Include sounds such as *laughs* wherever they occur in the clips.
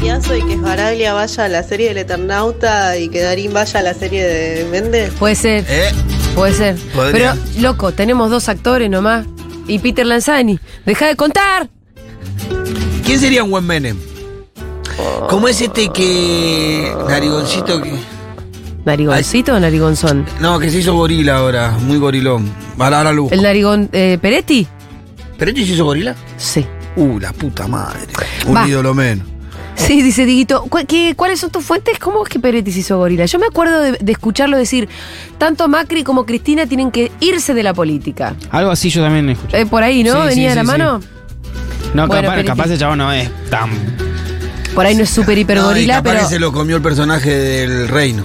Piazzo y que Baraglia vaya a la serie del Eternauta y que Darín vaya a la serie de Méndez? Puede ser, ¿Eh? puede ser. Podría. Pero, loco, tenemos dos actores nomás. Y Peter Lanzani. Deja de contar. ¿Quién sería un buen Menem? ¿Cómo es este que. Narigoncito que. ¿Narigoncito o narigonzón? No, que se hizo gorila ahora, muy gorilón. Ahora, ahora lo busco. ¿El narigón eh, Peretti? ¿Pero este se hizo gorila? Sí. Uh, la puta madre. Un Va. ídolo menos. Sí, dice Diguito. ¿cu- qué- ¿Cuáles son tus fuentes? ¿Cómo es que Peretti se hizo gorila? Yo me acuerdo de, de escucharlo decir, tanto Macri como Cristina tienen que irse de la política. Algo así yo también escuché. Eh, por ahí, ¿no? Sí, sí, Venía de la sí, sí. mano. No, Bueno, capaz, pero- capaz el chabón no es tan. Por ahí no es súper hiper No, y gorila, capaz pero. que se lo comió el personaje del reino.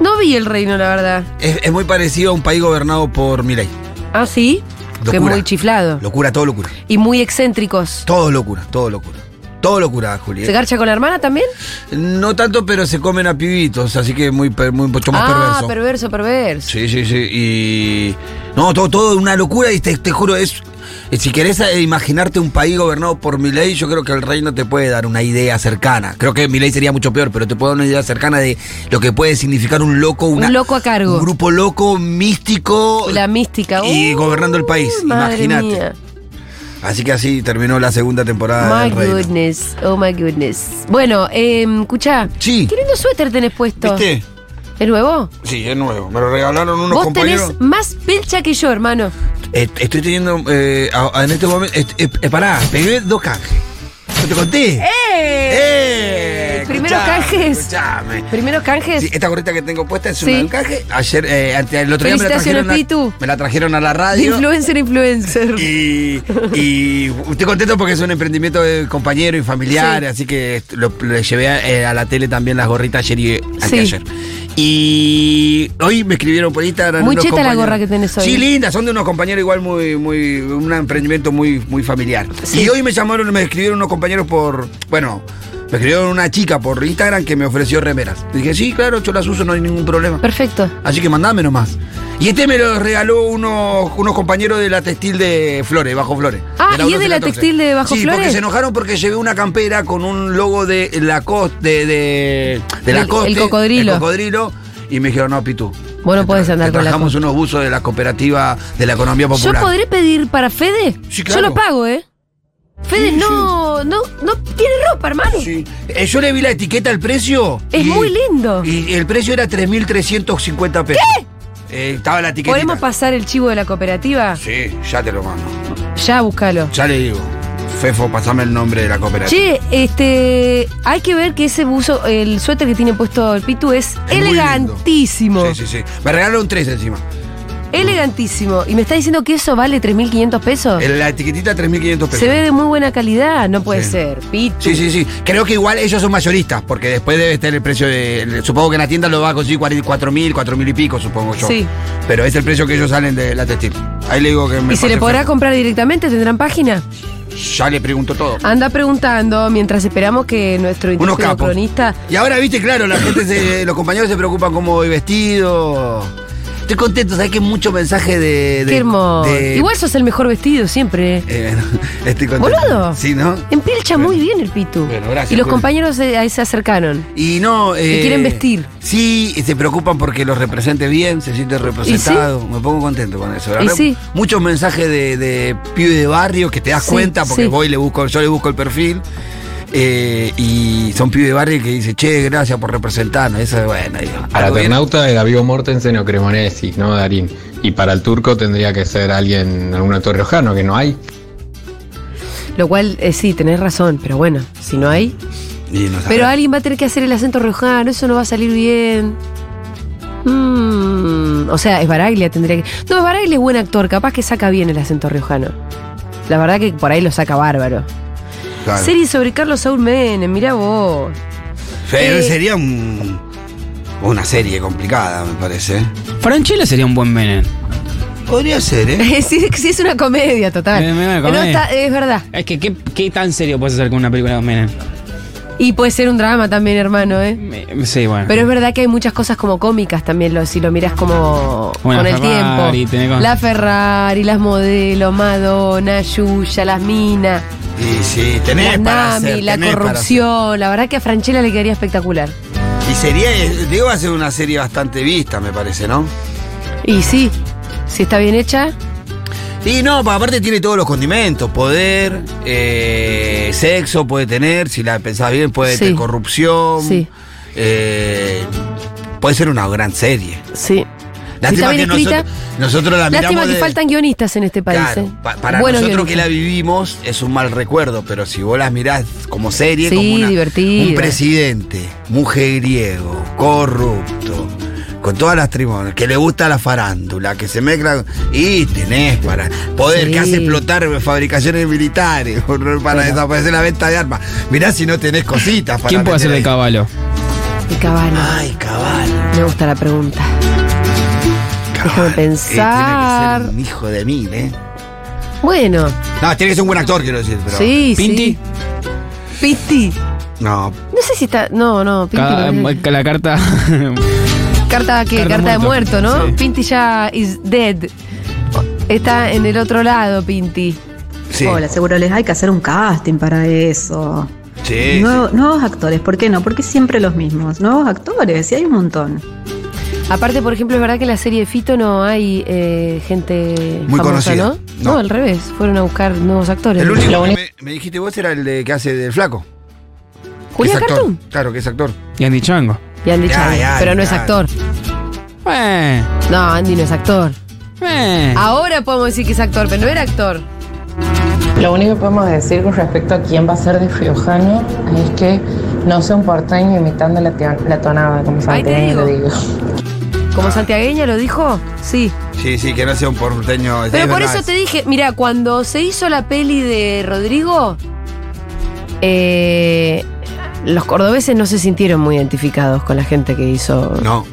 No vi el reino, la verdad. Es, es muy parecido a un país gobernado por Milei. Ah, sí. Que Locura. muy chiflado. Locura, todo locura. Y muy excéntricos. Todo locura, todo locura. Todo locura, Juli. ¿eh? ¿Se garcha con la hermana también? No tanto, pero se comen a pibitos, así que muy, per- muy mucho más ah, perverso. perverso, perverso. Sí, sí, sí. Y. No, todo, todo una locura. Y te, te juro, es. eh, Si querés eh, imaginarte un país gobernado por Milei, yo creo que el reino te puede dar una idea cercana. Creo que Milei sería mucho peor, pero te puede dar una idea cercana de lo que puede significar un loco, una- Un loco a cargo. Un grupo loco, místico. La mística. Y Uh, gobernando el país, madre imagínate. mía. Así que así terminó la segunda temporada My del Ah, reino. goodness, oh my goodness. Bueno, eh, escuchá. Sí. Qué lindo suéter tenés puesto. ¿Viste? ¿Es nuevo? Sí, es nuevo. Me lo regalaron unos Vos compañeros. tenés más pelcha que yo, hermano. Eh, estoy teniendo. eh, a- a- en este momento. est- eh, eh, pará, pegué dos canjes. ¿No te conté? ¡Eh! ¡Eh! Primero Escuchá, canjes. escuchame. Primero canjes. Sí, esta gorrita que tengo puesta es Sí. una de un canje. Ayer, eh, ante- el otro día me la Felicitaciones, trajeron. a- Pitu. me la trajeron a la De radio. influencer, a influencer. Y, y estoy contento porque es un emprendimiento de compañero y familiar, Sí. así que lo, le llevé a, eh, a la tele también las gorritas ayer y eh, anteayer. Y hoy me escribieron por Instagram. Muy unos cheta la compañeros. gorra que tenés hoy. Sí, linda, son de unos compañeros igual muy, muy, un emprendimiento muy, muy familiar. Sí. Y hoy me llamaron, me escribieron unos compañeros por, bueno, me escribieron una chica por Instagram que me ofreció remeras. Y dije, sí, claro, yo las uso, no hay ningún problema. Perfecto. Así que mandame nomás. Y este me lo regaló unos, unos compañeros de la textil de Flores, Bajo Flores. Ah, ¿y es 11, de la 14. textil de Bajo sí, Flores? porque se enojaron porque llevé una campera con un logo de Lacoste, de, de, de El- Lacoste, el cocodrilo. el cocodrilo, y me dijeron, no, Pitu. Vos no te podés tra- andar te con Trabajamos unos buzos de la cooperativa de la economía ¿Yo popular. podré pedir para Fede? Sí, claro. Yo lo pago, ¿eh? Fede Sí, no, no, no tiene ropa, hermano. Sí. Eh, yo le vi la etiqueta al precio. Es muy lindo. Y el precio era 3.350 pesos. ¿Qué? estaba la etiqueta. ¿Podemos pasar el chivo de la cooperativa? Sí, ya te lo mando. Ya, búscalo. Ya le digo. Fefo, pasame el nombre de la cooperativa. Che, este, hay que ver que ese buzo, el suéter que tiene puesto el Pitu es, Es muy elegantísimo. Sí, sí, sí. Me regalaron tres encima. Elegantísimo. ¿Y me está diciendo que eso vale 3.500 pesos? El- La etiquetita 3.500 pesos. Ah. Se ve de muy buena calidad, no puede Sí. ser. Pitu. Sí, sí, sí. Creo que igual ellos son mayoristas, porque después debe estar el precio de. el- Supongo que en la tienda lo va a conseguir 4.000, 4.000 y pico, supongo yo. Sí. Pero es el precio que ellos salen de la textil. Ahí le digo que me. ¿Y se le pase podrá Fefo. comprar directamente? ¿Tendrán página? Ya le pregunto todo. Anda preguntando mientras esperamos que nuestro Unos intérprete capos. cronista Y ahora, viste, claro, la *coughs* gente, se- los compañeros se preocupan cómo voy vestido. Estoy contento, sabes que mucho mensaje de. de- Qué hermoso. de- Igual sos el mejor vestido siempre. Eh, *laughs* estoy contento. Boludo. Sí, ¿no? Empilcha Bueno. muy bien el Pitu. Bueno, gracias, y los Juli. compañeros se, ahí se acercaron. Y no. eh, quieren vestir. Sí, y se preocupan porque los represente bien, se siente representado. Me pongo contento con eso. La Y verdad, sí. Muchos mensajes de, de pibe de barrio que te das Sí, cuenta porque sí. voy y le busco, yo le busco el perfil. eh, y son pibes de barrio que dice, che, gracias por representarnos. Eso es bueno. digo, Para algo bien. Eternauta era Vigo Mortensen o Cremonesi, ¿no, Darín? Y para el turco tendría que ser alguien, algún actor riojano, que no hay. Lo cual, eh, sí, tenés razón, pero bueno, si no hay. Y no sabe. Pero alguien va a tener que hacer el acento riojano, eso no va a salir bien. Mm, o sea, es Baraglia, tendría que. No, es Baraglia es buen actor, capaz que saca bien el acento riojano. La verdad que por ahí lo saca bárbaro. Claro. Serie sobre Carlos Saúl Menem, mirá vos. *laughs* Pero Eh. sería un- una serie complicada, me parece. Franchella sería un buen Menem. Podría ser, *laughs* ¿eh? sí, sí, es una comedia total. Es una No, comedia. está- es verdad. Es que, ¿qué, qué tan serio puedes hacer con una película de un Menem? Y puede ser un drama también, hermano, ¿eh? Me- Sí, bueno. Pero es verdad que hay muchas cosas como cómicas también, lo, si lo miras como Una con el Ferrari, tiempo. tenés con- La Ferrari, las modelos, Madonna, Yuya, las minas, Y sí, tenés las para Nami, hacer, la tenés para corrupción. La verdad que a Franchella le quedaría espectacular. hacer. Y sería, eh, digo, va a ser una serie bastante vista, me parece, ¿no? Y sí, si está bien hecha, Y no, pa- aparte tiene todos los condimentos, poder, eh, sexo puede tener, si la pensás bien, puede Sí. tener corrupción. Sí. eh, puede ser una gran serie. sí. Lástima está bien que escrita. nosotros, nosotros la miramos. Lástima que Ah, de- faltan guionistas en este país. Claro, ¿eh? pa- para Buenos nosotros que la guionistas. vivimos es un mal recuerdo, pero si vos las mirás como serie, Sí, como una- divertida. un presidente mujeriego, corrupto, con todas las trimonas, que le gusta la farándula, que se mezcla y tenés para poder Sí. que hace explotar fabricaciones militares *laughs* para desaparecer la venta de armas. Mirá si no tenés cositas para ¿Quién puede hacer meter de ahí. caballo? Y Cabana. Ay, cabal. Me gusta la pregunta. cabal. Déjame Eh, pensar. tiene que ser un hijo de mil, ¿eh? Bueno, No, tiene que ser un buen actor, quiero decir. Pero... sí, Pinti. sí. Pinti. No, No sé si está. No, no, Pinti. Cada- no. ca- la carta. *laughs* Carta, que, carta, Carta de muerto, muerto, ¿no? sí. Pinti ya is dead. Está en el otro lado, Pinti. sí. Hola, seguro les hay que hacer un casting para eso. Sí, Nuevo- Nuevos actores, ¿por qué no? Porque siempre los mismos. Nuevos actores, y hay un montón. Aparte, por ejemplo, es verdad que en la serie de Fito no hay eh, gente Muy famosa, conocida. ¿no? No. al revés. Fueron a buscar nuevos actores. El último que me, me dijiste vos era el de que hace del flaco. Julián Que es actor. Cartoon. Claro, que es actor. y Andy Chango. Y Andy Ya, Chang, ya, pero no es ya. actor. Eh, No, Andy no es actor. eh. Ahora podemos decir que es actor, pero no era actor. Lo único que podemos decir con respecto a quién va a ser de Friojano es que no sea un porteño imitando la, tion- la tonada, como Ahí te Santiago digo. digo. Ah. Como santiagueña lo dijo, sí. Sí, sí, que no sea un porteño. es Pero por verdad. eso te dije, mira, cuando se hizo la peli de Rodrigo, eh, los cordobeses no se sintieron muy identificados con la gente que hizo No.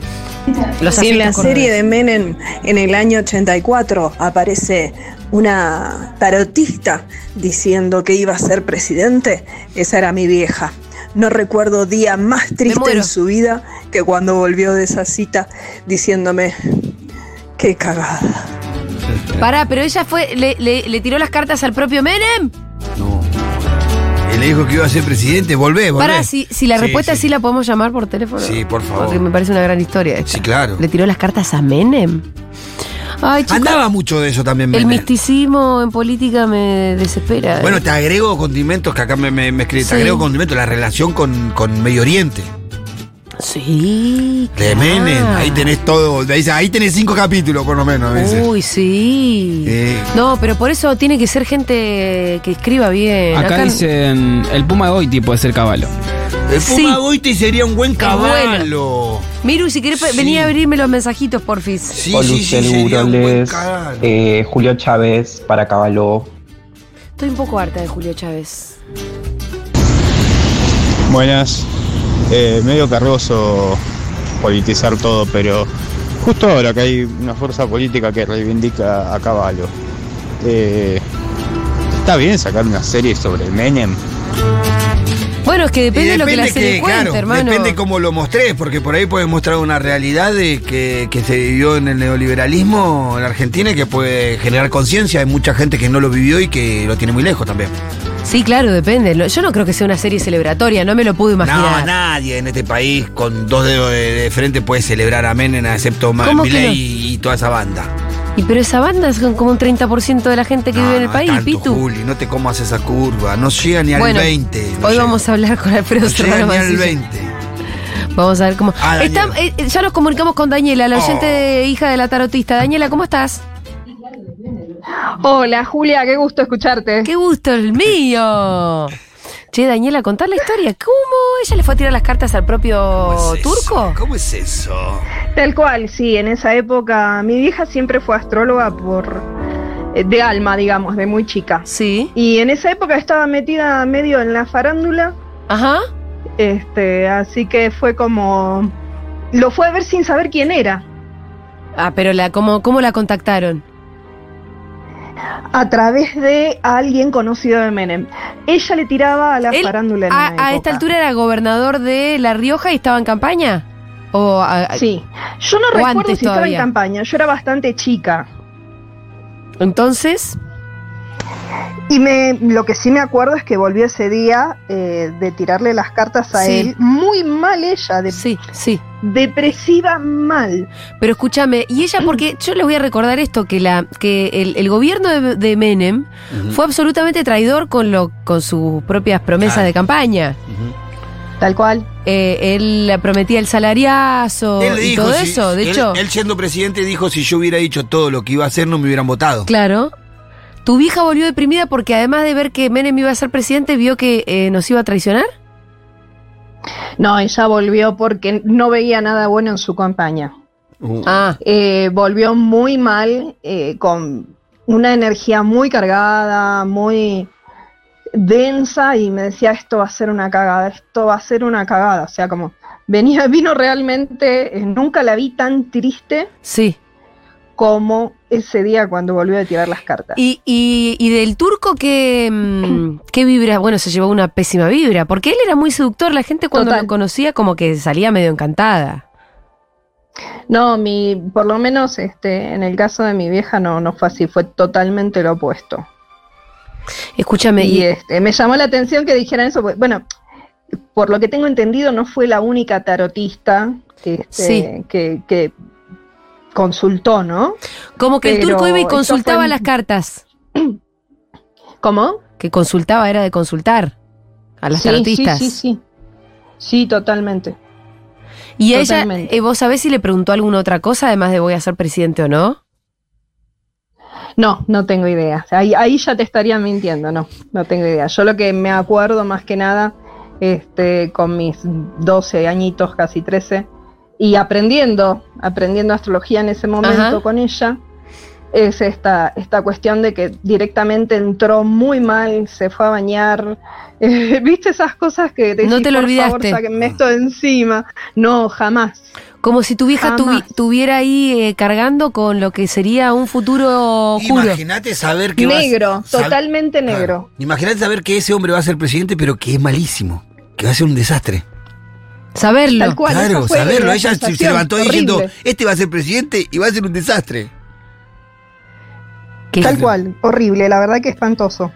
los Si en la acentos serie cordobeses. de Menem en el año 84 aparece una tarotista diciendo que iba a ser presidente, esa era mi vieja. No recuerdo día más triste muero. en su vida que cuando volvió de esa cita diciéndome, qué cagada. Pará, pero ella fue, le, le- le tiró las cartas al propio Menem. No. Él le dijo que iba a ser presidente. Volvé, volvé. Pará, si, si la Sí, respuesta sí. sí. la podemos llamar por teléfono. Sí, por favor. Porque me parece una gran historia. esta. Sí, claro. Le tiró las cartas a Menem. Ay, chicos, Andaba mucho de eso también, el Menem. misticismo en política me desespera. Bueno, te agrego condimentos que acá me, me, me escribe. Sí. Te agrego condimentos. La relación con, con Medio Oriente. Sí. De claro. Menem. Ahí tenés todo. Ahí dice, ahí tenés cinco capítulos, por lo menos. me dice. Eh, Uy, sí. Sí. No, pero por eso tiene que ser gente que escriba bien. Acá, dicen. El Puma de Goiti puede ser caballo. El sí. Puma Goiti sería un buen bueno. caballo. Miru, si querés, Sí. venía a abrirme los mensajitos, porfis. Sí, Olu sí, sí, sería un buen Seguroles, caballo. eh, Julio Chávez para Cabaló. Estoy un poco harta de Julio Chávez. Buenas, Eh, medio cargoso politizar todo, pero justo ahora que hay una fuerza política que reivindica a Caballo, eh, está bien sacar una serie sobre Menem. Bueno, es que Y depende, de lo que la serie que, cuente, claro, hermano. Depende cómo lo mostrés, porque por ahí puedes mostrar una realidad de que, que se vivió en el neoliberalismo en la Argentina y que puede generar conciencia. Hay mucha gente que no lo vivió y que lo tiene muy lejos también. Sí, claro, depende. Lo- Yo no creo que sea una serie celebratoria, no me lo pude imaginar. No, nadie en este país con dos dedos de, de frente puede celebrar a Menem, excepto Ma- ¿Cómo que Milei no? y, y toda esa banda. Y pero esa banda es con como un 30% de la gente que No, vive en el no país, tanto, Pitu. Juli, no te comas esa curva. No llega ni al bueno, 20. no hoy llega. vamos a hablar con Alfredo No llega Serrano ni al Mancilla. 20. Vamos a ver cómo. Ah, Está- Daniela. eh, ya nos comunicamos con Daniela, la oyente Oh. de- hija de la tarotista. Daniela, ¿cómo estás? Hola Julia, qué gusto escucharte. ¡Qué gusto el mío! Che, Daniela, contar la historia. ¿Cómo ella le fue a tirar las cartas al propio ¿Cómo es Pues eso? turco? ¿Cómo es eso? Tal cual, sí, en esa época Ah, mi vieja siempre fue astróloga por eh, de alma, digamos, de muy chica. Sí. Y en esa época estaba metida medio en la farándula, Ajá. este, así que fue como lo fue a ver sin saber quién era. Ah, pero la, ¿cómo, cómo la contactaron? a través de alguien conocido de Menem. Ella le tiraba a la Él, farándula en a, una Ah, a esta época. altura era gobernador de La Rioja y estaba en campaña? O ah, sí. Yo no recuerdo si estaba en campaña, yo era bastante chica. Entonces, Y me, lo que sí me acuerdo es que volvió ese día eh, de tirarle las cartas a Sí. él. Muy mal ella. De, sí, sí. Depresiva mal. Pero escúchame, y ella, porque yo les voy a recordar esto, que la, que el, el gobierno de, de Menem Ujú. fue absolutamente traidor con lo, con sus propias promesas de campaña. Eh, Tal cual. él le prometía el salariazo Él y dijo, todo si- eso. De él- hecho, Él siendo presidente dijo, si yo hubiera dicho todo lo que iba a hacer, no me hubieran votado. Claro. ¿Tu vieja volvió deprimida porque además de ver que Menem iba a ser presidente, vio que eh, nos iba a traicionar? No, ella volvió porque no veía nada bueno en su campaña. Ah. Eh, volvió muy mal, eh, con una energía muy cargada, muy densa, y me decía, esto va a ser una cagada, esto va a ser una cagada. O sea, como venía, *laughs* vino realmente, eh, nunca la vi tan triste sí. como ese día cuando volvió a tirar las cartas. Y, y- y del turco, ¿qué, mm, ¿qué vibra? Bueno, se llevó una pésima vibra, porque él era muy seductor. La gente cuando Total. lo conocía como que salía medio encantada. No, mi, por lo menos este, en el caso de mi vieja no, no fue así, fue totalmente lo opuesto. Escúchame, Y y- este, me llamó la atención que dijeran eso. porque, bueno, por lo que tengo entendido, no fue la única tarotista este, Sí. que, que consultó, ¿no? como que el Pero turco iba y esto consultaba fue- las cartas. ¿Cómo? Que consultaba, era de consultar a las Sí, tarotistas. Sí, sí, sí. Sí, totalmente. Y ella, Totalmente. eh, ¿vos sabés si le preguntó alguna otra cosa, además de voy a ser presidente o no? No, no tengo idea. Ahí, ahí ya te estaría mintiendo, no, no tengo idea. Yo lo que me acuerdo más que nada, este, con mis 12 añitos, casi 13, y aprendiendo, aprendiendo astrología en ese momento Ajá. con ella, es esta, esta cuestión de que directamente entró muy mal, se fue a bañar. *laughs* ¿Viste esas cosas que No te decís, lo "Por favor, olvidaste". sáquenme esto de encima? No, jamás. Como si tu vieja tuvi- Jamás. tuviera ahí eh, cargando con lo que sería un futuro oscuro. Imagínate saber que vas- Negro, sab- totalmente negro. Imagínate saber que ese hombre va a ser presidente, pero que es malísimo. Que va a ser un desastre. Saberlo. Tal cual, claro, esa fue saberlo. la Ella se- se, sensación, levantó horrible. diciendo, este va a ser presidente y va a ser un desastre. ¿Qué? Tal cual, horrible, la verdad que espantoso.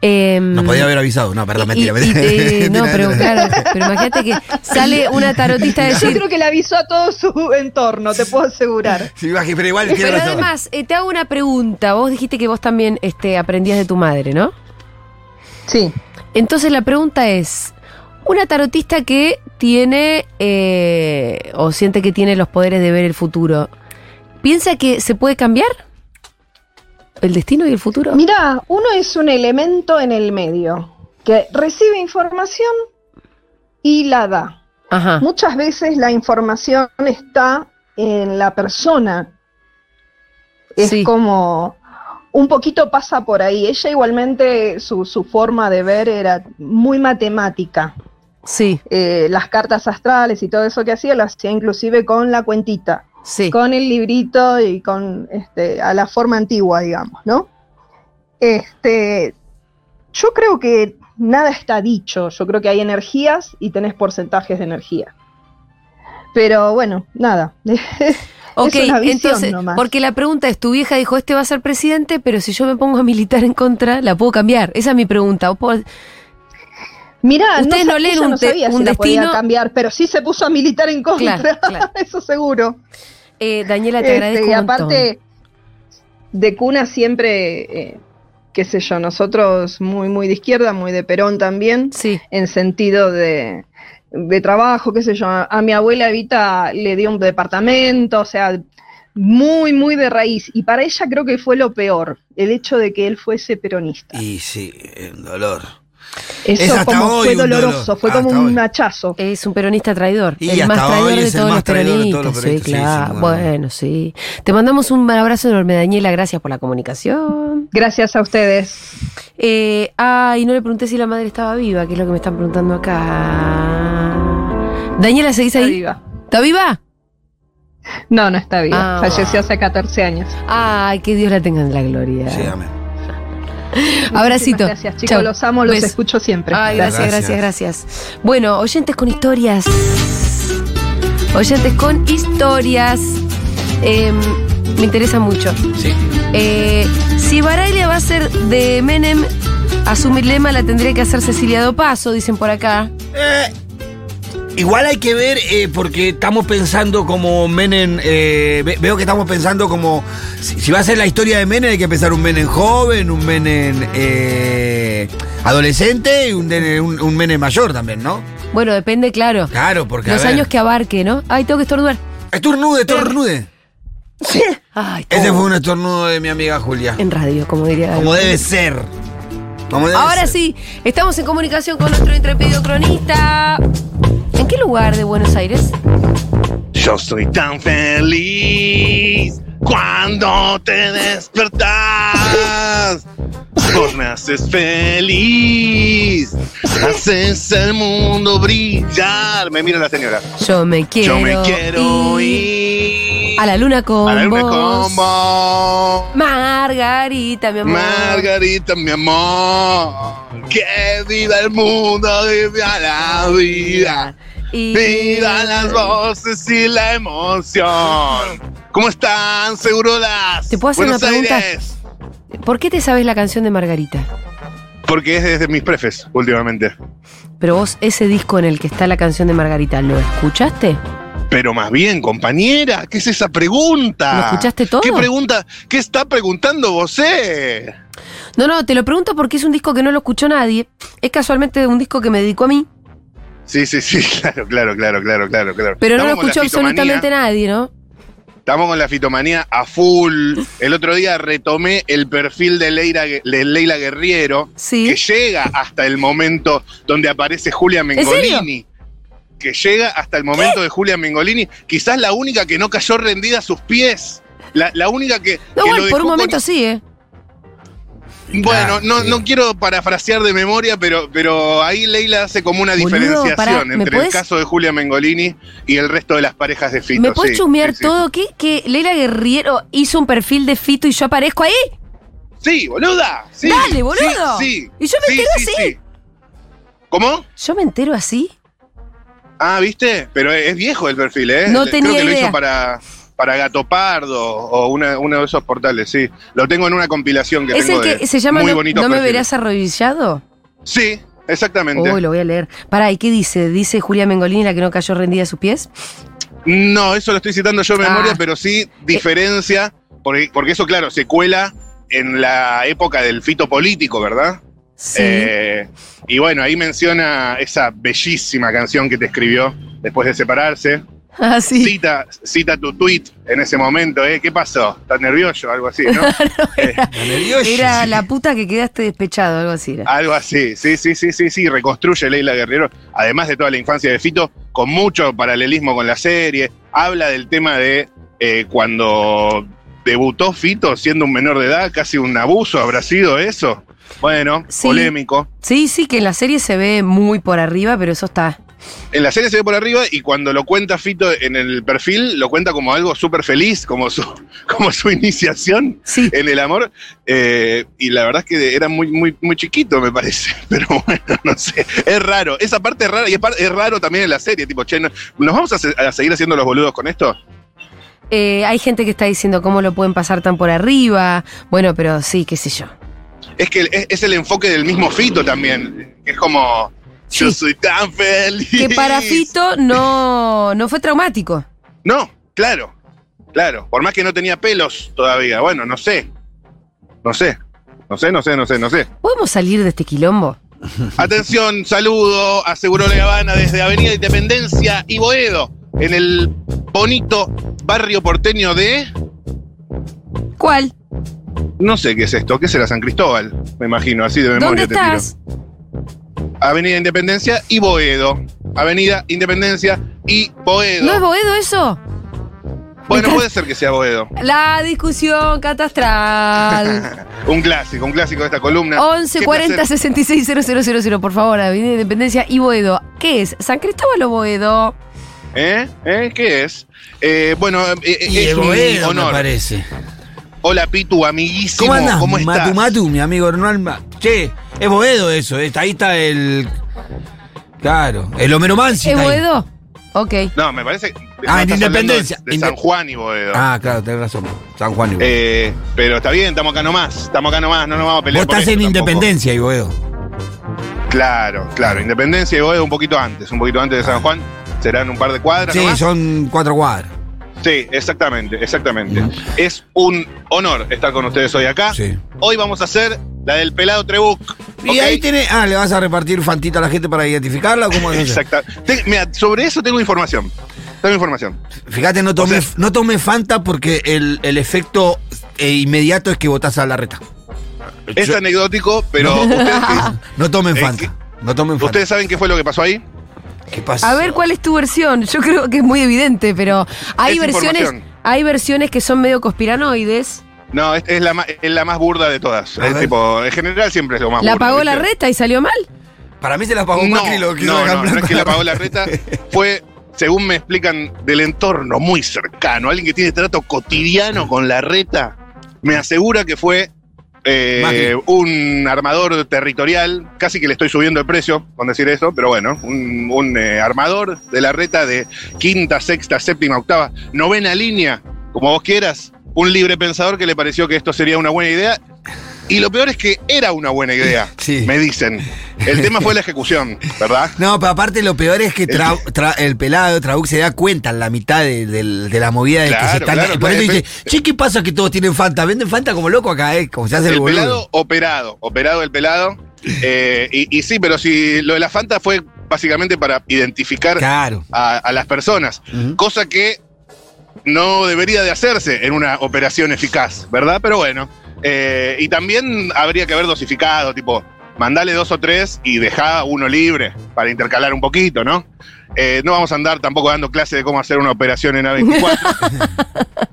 Eh, No podía haber avisado. No, perdón, y- mentira. y *laughs* mentira, te- mentira, no, pero mentira. claro, pero imagínate que *laughs* sale una tarotista a Eh, Yo decir. creo que le avisó a todo su *laughs* entorno, te puedo asegurar. Sí, imagi- pero igual tiene Pero razón. además, eh, te hago una pregunta. Vos dijiste que vos también este, aprendías de tu madre, ¿no? Sí. Entonces la pregunta es: una tarotista que tiene eh, o siente que tiene los poderes de ver el futuro, ¿piensa que se puede cambiar? ¿El destino y el futuro? Mirá, uno es un elemento en el medio que recibe información y la da. Ajá. Muchas veces la información está en la persona. Es Sí. como un poquito pasa por ahí. Ella igualmente su, su forma de ver era muy matemática. Sí. eh, las cartas astrales y todo eso que hacía, lo hacía inclusive con la cuentita, con el librito y con este, a la forma antigua, digamos, ¿no? Este, yo creo que nada está dicho, yo creo que hay energías y tenés porcentajes de energía. Pero bueno, nada. *laughs* Ok, es una visión entonces, nomás. porque la pregunta es, tu vieja dijo, este va a ser presidente, pero si yo me pongo a militar en contra, la puedo cambiar. Esa es mi pregunta. O puedo- Mirá, Ustedes no, no sab- leen ella un no te- sabía un si la podía destino. cambiar, pero sí se puso a militar en contra, Claro, claro. *laughs* eso seguro. Eh, Daniela, te Este, agradezco y un montón. aparte, de cuna siempre, eh, qué sé yo, nosotros muy, muy de izquierda, muy de Perón también, en sentido de, de trabajo, qué sé yo. A mi abuela Evita le dio un departamento, o sea, muy, muy de raíz. Y para ella creo que fue lo peor, el hecho de que él fuese peronista. Y sí, el dolor. Eso Es hasta como hoy fue un dolor. Ah, doloroso, fue como Hasta un hoy. hachazo. Es un peronista traidor. Y el hasta más traidor hoy de es el todos más los traidor de todos peronistas. los sí, peronistas, sí, claro. sin duda. bueno, sí. Te mandamos un abrazo enorme, Daniela. Gracias por la comunicación. Gracias a ustedes. Eh, ay, no le pregunté si la madre estaba viva, que es lo que me están preguntando acá. Daniela, ¿seguís ahí? viva. ¿Está viva? No, no está viva. Ah. Falleció hace 14 años. Ay, que Dios la tenga en la gloria. Sí, amén. Abracito. Muchísimas gracias, chicos. Chau. Los amo, los Beso. escucho siempre. Ay, gracias, gracias, gracias, Bueno, oyentes con historias. Oyentes con historias. Eh, me interesa mucho. Sí. Eh, si Baraglia va a ser de Menem, a su lema la tendría que hacer Cecilia Dopaso, dicen por acá. Eh, Igual hay que ver, eh, porque estamos pensando como Menem, eh, ve- veo que estamos pensando como, si, si va a ser la historia de Menem, hay que pensar un Menem joven, un Menem eh, adolescente y un, Menem- un- un Menem mayor también, ¿no? Bueno, depende, claro. Claro, porque... a Los ver. años que abarque, ¿no? Ay, tengo que estornudar. Estornude, estornude. Ay, Ese fue un estornudo de mi amiga Julia. En radio, como diría. Como debe ser. Como debe Ahora ser. sí, estamos en comunicación con nuestro intrépido cronista. ¿En qué lugar de Buenos Aires? Yo soy tan feliz cuando te despertás. Vos me haces feliz. Haces el mundo brillar. Me mira la señora. Yo me quiero. Yo me quiero A la luna con A la luna vos. con Ah, vos. Margarita, mi amor. Margarita, mi amor. Que viva el mundo, viva la vida. Y- Viva las voces y la Ah. emoción. ¿Cómo están? Seguro las. ¿Te puedo hacer Buenos una pregunta? Aires. ¿Por qué te sabes la canción de Margarita? Porque es desde mis prefes últimamente. Pero vos, ese disco en el que está la canción de Margarita, ¿lo escuchaste? Pero más bien, compañera, ¿qué es esa pregunta? ¿Lo escuchaste todo? ¿Qué pregunta? ¿Qué está preguntando vos? eh? No, no, te lo pregunto porque es un disco que no lo escuchó nadie. Es casualmente un disco que me dedicó a mí, Sí, sí, sí, claro, claro, claro, claro, claro, claro. pero no Estamos lo con la escuchó fitomanía. absolutamente nadie, ¿no? Estamos con la fitomanía a full. El otro día retomé el perfil de Leila, de Leila Guerriero, que llega hasta el momento donde aparece Julia Mengolini. Que llega hasta el momento de Julia Mengolini, quizás la única que no cayó rendida a sus pies. La, la única que. No, que bueno, lo por dejó un con- momento Eh. sí, ¿eh? Ah, Bueno, no, eh, no quiero parafrasear de memoria, pero, pero ahí Leila hace como una Boludo, diferenciación pará, ¿me entre el podés- caso de Julia Mengolini y el resto de las parejas de Fito. ¿Me puedes sí, chumear sí, sí. todo? ¿Qué? ¿Que Leila Guerriero hizo un perfil de Fito y yo aparezco ahí? Sí, boluda. Sí, Dale, boludo. Sí, sí. Y yo me Sí, entero sí, así. sí. ¿Cómo? ¿Yo me entero así? Ah, ¿viste? Pero es es viejo el perfil, ¿eh? No Le- tenía Creo que lo idea. hizo para, para Gato Pardo o una- uno de esos portales, sí. Lo tengo en una compilación que ¿Es el tengo que de se llama muy No, bonitos ¿No me perfiles. verás arrodillado? Sí, exactamente. Oh, lo voy a leer. Pará, ¿y qué dice? ¿Dice Julia Mengolini la que no cayó rendida a sus pies? *laughs* No, eso lo estoy citando yo de Ah. memoria, pero sí diferencia, porque, porque eso, claro, se cuela en la época del fito político, ¿verdad? Sí. Eh, y bueno, ahí menciona esa bellísima canción que te escribió después de separarse. Ah, sí. Cita, cita tu tweet en ese momento, ¿eh? ¿Qué pasó? ¿Estás nervioso? Algo así, ¿no? Era la puta que quedaste despechado, algo así. era. Algo así, sí, sí, sí, sí, sí, reconstruye Leila Guerrero, además de toda la infancia de Fito, con mucho paralelismo con la serie, habla del tema de eh, cuando debutó Fito siendo un menor de edad, casi un abuso habrá sido eso. Bueno, polémico. Sí, sí, que en la serie se ve muy por arriba, pero eso está. En la serie se ve por arriba y cuando lo cuenta Fito en el perfil, lo cuenta como algo súper feliz, como su, *laughs* como su iniciación en el amor. eh, y la verdad es que era muy, muy, muy chiquito, me parece. Pero bueno, no sé. Es raro. Esa parte es rara y es, par- es raro también en la serie. Tipo, che, no- ¿nos vamos a, se- a seguir haciendo los boludos con esto? Eh, hay gente que está diciendo cómo lo pueden pasar tan por arriba. Bueno, pero sí, qué sé yo. Es que es, es el enfoque del mismo Fito también. que Es como, yo soy tan feliz. Que para Fito no, no fue traumático. No, claro, claro. Por más que no tenía pelos todavía. Bueno, no sé. No sé. No sé, no sé, no sé, no sé. ¿Podemos salir de este quilombo? Atención, saludo, aseguró La Habana desde Avenida Independencia y Boedo, en el bonito barrio porteño de. ¿Cuál? No sé qué es esto, ¿qué será San Cristóbal? Me imagino, así de ¿Dónde memoria te tiro. estás? Avenida Independencia y Boedo. Avenida Independencia y Boedo. ¿No es Boedo eso? bueno, puede ser que sea Boedo. La discusión *laughs* catastral. un clásico, un clásico de esta columna. 11 Qué 40 placer. 66 000, por favor, Avenida Independencia y Boedo. ¿Qué es? ¿San Cristóbal o Boedo? ¿Eh? ¿Eh? ¿Qué es? Eh, bueno, eh, eh, Y es un Egoedo, me honor. parece. Hola, Pitu, amiguísimo. ¿Cómo andás? ¿Cómo estás? Matu Matu, mi amigo Hernán. Ma- Che, es Boedo eso. está- Ahí está el. Claro, el Homero Mansi. ¿Es está ahí. Boedo? Ok. No, Parece que Ah, en estás hablando Independencia. De, de San Juan y Boedo. Ah, claro, tenés razón. San Juan y Boedo. Eh, pero está bien, estamos acá nomás. Estamos acá nomás, no nos vamos a Vos pelear. por estás esto en tampoco. Independencia y Boedo. Claro, claro. Independencia y Boedo un poquito antes, un poquito antes de San Juan. Serán un par de cuadras. Sí, nomás. son cuatro cuadras. Sí, exactamente, exactamente. Es un honor estar con ustedes hoy acá. Hoy vamos a hacer la del pelado Trebuc. Y ahí tenés. Ah, ¿le vas a repartir fantita a la gente para identificarla o cómo es Exacto. Te- mira, sobre eso tengo información. Tengo información. Fíjate, no tomé, no tomé Fanta porque el, el efecto eh, inmediato es que votás a la reta. Es anecdótico, pero ustedes, *laughs* No tomen Eh, Fanta. No tomen Fanta. ustedes saben qué fue lo que pasó ahí. ¿Qué pasó? A ver cuál es tu versión. Yo creo que es muy evidente, pero hay Es versiones, información. hay versiones que son medio conspiranoides. No, es, es la, ma- es la más burda de todas. Es tipo, en general siempre es lo más la burda, pagó la ¿viste? reta y salió mal. Para mí se la pagó no, Macri y lo quiso no, dejar no, no blanco. es que la pagó la reta. Fue, según me explican, del entorno muy cercano. Alguien que tiene trato cotidiano con la reta. Me asegura que fue eh, Macri. un armador territorial. Casi que le estoy subiendo el precio con decir eso, pero bueno, un, un, eh, armador de la reta de quinta, sexta, séptima, octava, novena línea, como vos quieras. Un libre pensador que le pareció que esto sería una buena idea y lo peor es que era una *laughs* buena idea, me dicen. El tema fue la ejecución, ¿verdad? *laughs* No, pero aparte lo peor es que Tra- Tra- el pelado Trabuc se da cuenta en la mitad de, del- de la movida de que Claro, se están. claro, y por claro, eso es- dice, che, ¿qué pasa que todos tienen Fanta? Venden Fanta como loco acá, ¿eh? Como se hace el, el boludo. pelado operado, operado el pelado. Eh, y, y sí, pero si lo de la Fanta fue básicamente para identificar a, a las personas, cosa que no debería de hacerse en una operación eficaz, ¿verdad? Pero bueno, eh, y también habría que haber dosificado, tipo, mandale dos o tres y deja uno libre para intercalar un poquito, ¿no? Eh, no vamos a andar tampoco dando clase de cómo hacer una operación en A24.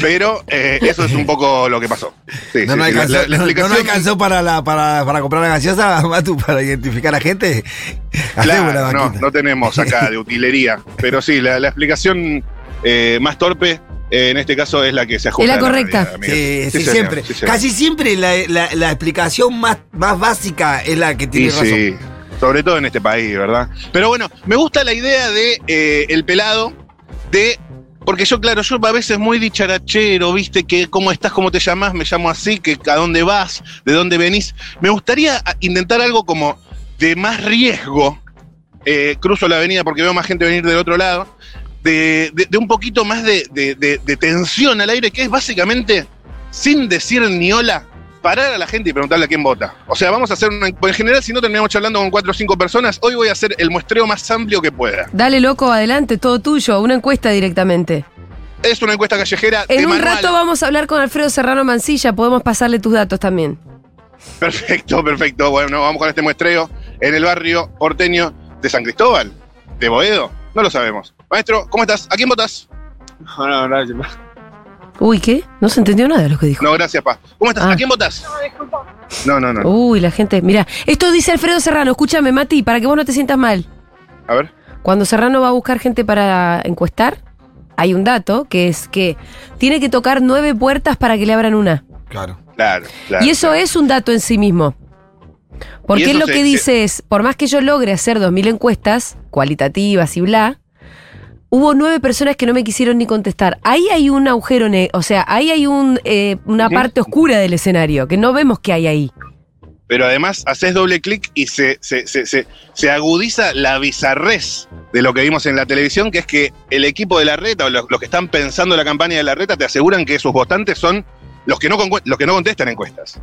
Pero eh, eso es un poco lo que pasó. No, Sí, sí, no sí, la- alcanzó, la- la no- no explicación- alcanzó para, la, para, para comprar la gaseosa, *laughs* Matu, para identificar a gente. Hacemos una Claro, no, vaquita. no tenemos acá de utilería. Pero sí, la, la explicación eh, más torpe eh, en este caso es la que se ajusta. Es la a correcta. realidad, amiga. Sí, sí, señor, siempre. sí, señor. Casi siempre la, la- la explicación más, más básica es la que tiene Y razón. sí, sobre todo en este país, ¿verdad? Pero bueno, me gusta la idea de eh, el pelado, de. Porque yo, claro, yo a veces muy dicharachero, viste, que cómo estás, cómo te llamas, me llamo así, que a dónde vas, de dónde venís. Me gustaría ah, intentar algo como de más riesgo. Eh, cruzo la avenida porque veo más gente venir del otro lado. De, de- de un poquito más de, de- de- de tensión al aire, que es básicamente, sin decir ni hola, parar a la gente y preguntarle a quién vota. O sea, vamos a hacer una. En general, si no terminamos charlando con cuatro o cinco personas, hoy voy a hacer el muestreo más amplio que pueda. Dale, loco, adelante, todo tuyo, una encuesta directamente. Es una encuesta callejera de En un manual. rato vamos a hablar con Alfredo Serrano Mancilla, podemos pasarle tus datos también. Perfecto, perfecto. Bueno, vamos con este muestreo en el barrio porteño de San Cristóbal, de Boedo. No lo sabemos. Maestro, ¿cómo estás? ¿A quién votas? No, gracias, Uy, ¿qué? No se entendió nada de lo que dijo. No, gracias, pa. ¿Cómo estás? Ah. Uh. ¿A quién votas? No, disculpa. No, no, no. Uy, la gente, mira, esto dice Alfredo Serrano, escúchame, Mati, para que vos no te sientas mal. A ver. Cuando Serrano va a buscar gente para encuestar, hay un dato que es que tiene que tocar nueve puertas para que le abran una. Claro. Claro, claro. Y eso es un dato en sí mismo. Y Porque él eso lo se- que se- dice es, por más que yo logre hacer 2.000 encuestas, cualitativas y bla, hubo nueve personas que no me quisieron ni contestar. Ahí hay un agujero, ne- o sea, ahí hay un, eh, una Ujú. parte oscura del escenario, que no vemos que hay ahí. Pero además haces doble clic y se, se, se, se, se agudiza la bizarrez de lo que vimos en la televisión, que es que el equipo de la reta o los, los que están pensando la campaña de la reta te aseguran que sus votantes son los que no, concue- los que no contestan encuestas.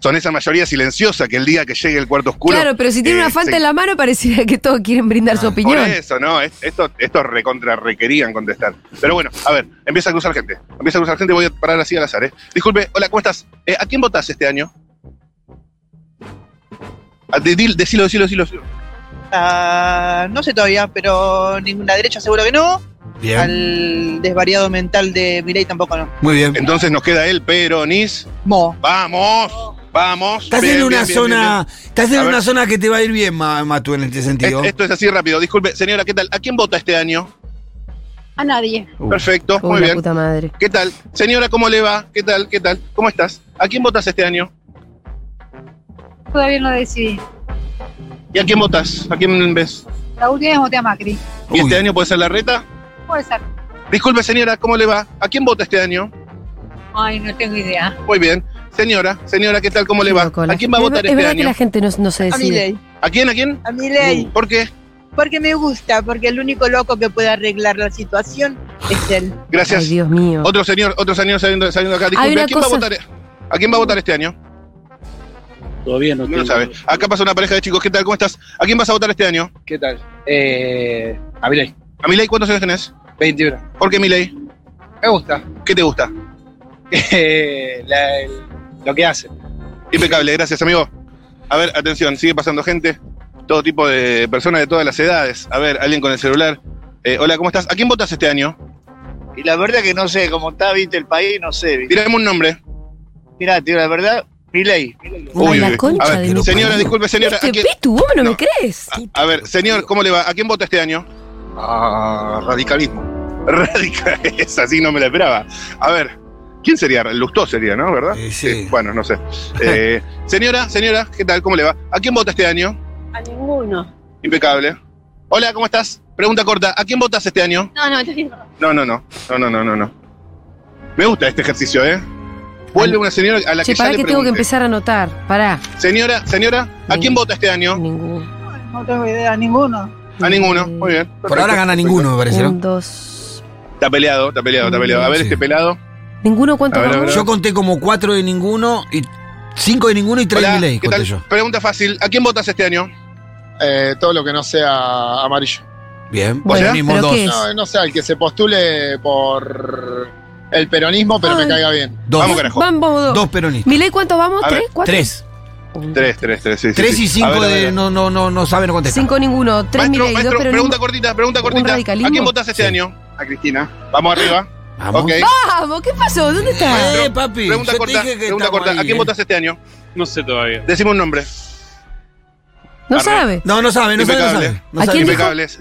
Son esa mayoría silenciosa que el día que llegue el cuarto oscuro. claro, pero si tiene eh, una falta se- en la mano, pareciera que todos quieren brindar su opinión. Por eso, no, es- esto, esto recontra requerían contestar. Pero bueno, a ver, empieza a cruzar gente. Empieza a cruzar gente, voy a parar así al azar, ¿eh? Disculpe, hola, ¿cómo estás? Eh, ¿A quién votás este año? Ah, de- dil- Decilo, decilo, decilo. decilo. Ah, no sé todavía, pero ninguna derecha seguro que no. Bien. Al desvariado mental de Milei tampoco no. Muy bien. Entonces nos queda el peronismo. Mo. ¡Vamos! Vamos. Estás bien, en una bien, bien, zona. bien, bien. Estás en A una ver, zona que te va a ir bien, Ma- Matu, en este sentido. es- Esto es así rápido. Disculpe, señora, ¿qué tal? ¿A quién vota este año? A nadie. Perfecto, Uy, muy la bien. puta madre. ¿Qué tal? Señora, ¿cómo le va? ¿Qué tal? ¿Qué tal? ¿Cómo estás? ¿A quién votas este año? Todavía no decidí. ¿Y a quién votas? ¿A quién ves? La última vez voté a Macri. ¿Y este año puede ser la reta? Puede ser. Disculpe, señora, ¿cómo le va? ¿A quién vota este año? Ay, no tengo idea. Muy bien. Señora, señora, ¿qué tal? ¿Cómo le va? ¿A quién va a Es votar ver- es este verdad que año? la gente no, no se A decide. Milei. ¿A quién? ¿A quién? A mi ley. ¿Por qué? Porque me gusta, porque el único loco que puede arreglar la situación es él. Gracias. Ay, Dios mío. Otro señor, otro señor saliendo, saliendo acá. Hay Disculpe, una ¿a quién, va a, cosa- votar, ¿a quién va a votar este año? Todavía no, No lo sabe. Acá pasa una pareja de chicos. ¿Qué tal? ¿Cómo estás? ¿A quién vas a votar este año? ¿Qué tal? *laughs* Eh, a Milei. ¿A Milei cuántos años tenés? 21. ¿Por qué Milei? Me gusta. ¿Qué te gusta? Eh, la- el- lo que hace. Impecable, gracias, amigo. A ver, atención, sigue pasando gente. Todo tipo de personas de todas las edades. A ver, alguien con el celular. Eh, hola, ¿cómo estás? ¿A quién votas este año? Y la verdad que no sé, como está, viste, el país, no sé. viste. Tirame un nombre. Mirá, tío, la verdad, Milei. Uy, uy, uy. a ver, señora, disculpe, señora. ¿a quién- ¿Tú, vos no me crees? A ver, señor, ¿cómo le va? ¿A quién vota este año? Ah, radicalismo. *laughs* Radical, esa sí no me la esperaba. A ver, ¿quién sería? Lustó sería, ¿no? ¿Verdad? Sí, Bueno, no sé. *laughs* Eh, señora, señora, ¿qué tal? ¿Cómo le va? ¿A quién vota este año? A ninguno. Impecable. Hola, ¿cómo estás? Pregunta corta, ¿a quién votas este año? No, no, yo No, no, no. No, no, no, no, no. Me gusta este ejercicio, ¿eh? Vuelve una señora a la Che, que ya pará le que tengo que pregunté. empezar a anotar. Pará. Señora, señora, ¿a quién vota este año? Ninguno. no tengo idea, ninguno. A ninguno, muy bien. Por ahora gana ninguno, me parece, Un, ¿no? dos. Está peleado, está peleado, está peleado. A ver Sí. este pelado. ¿Ninguno cuánto A ver, a ganó? ver, a ver. Yo conté como cuatro de ninguno y cinco de ninguno y tres de Hola, Milei, ¿qué conté tal? yo. Pregunta fácil, ¿a quién votas este año? Eh, todo lo que no sea amarillo. Bien, Bueno, los mismos dos. No, no sé, al que se postule por el peronismo, pero me caiga bien. Dos. Vamos, carajo. Vamos dos. Dos peronistas. ¿Milei cuántos vamos? A ver, ¿Tres? ¿Cuatro? Tres. Tres, tres, tres, sí, sí, Tres sí. y cinco A ver, a ver, a de ver. no, no, no, no saben, no contestan. Cinco ninguno. Tres Maestro, Milei, dos maestro, peronismo. pregunta cortita, pregunta cortita. ¿A radicalismo? quién votas este año? A Cristina. Vamos arriba. Vamos. Eh, Ok. Vamos, ¿qué pasó? ¿Dónde está? Maestro, Pregunta corta, pregunta corta. ¿A quién votas este año? No sé todavía. Decime un nombre. No sabe. No, no sabe, no sabe, no Impecable. sabe. No sabe. Impecables.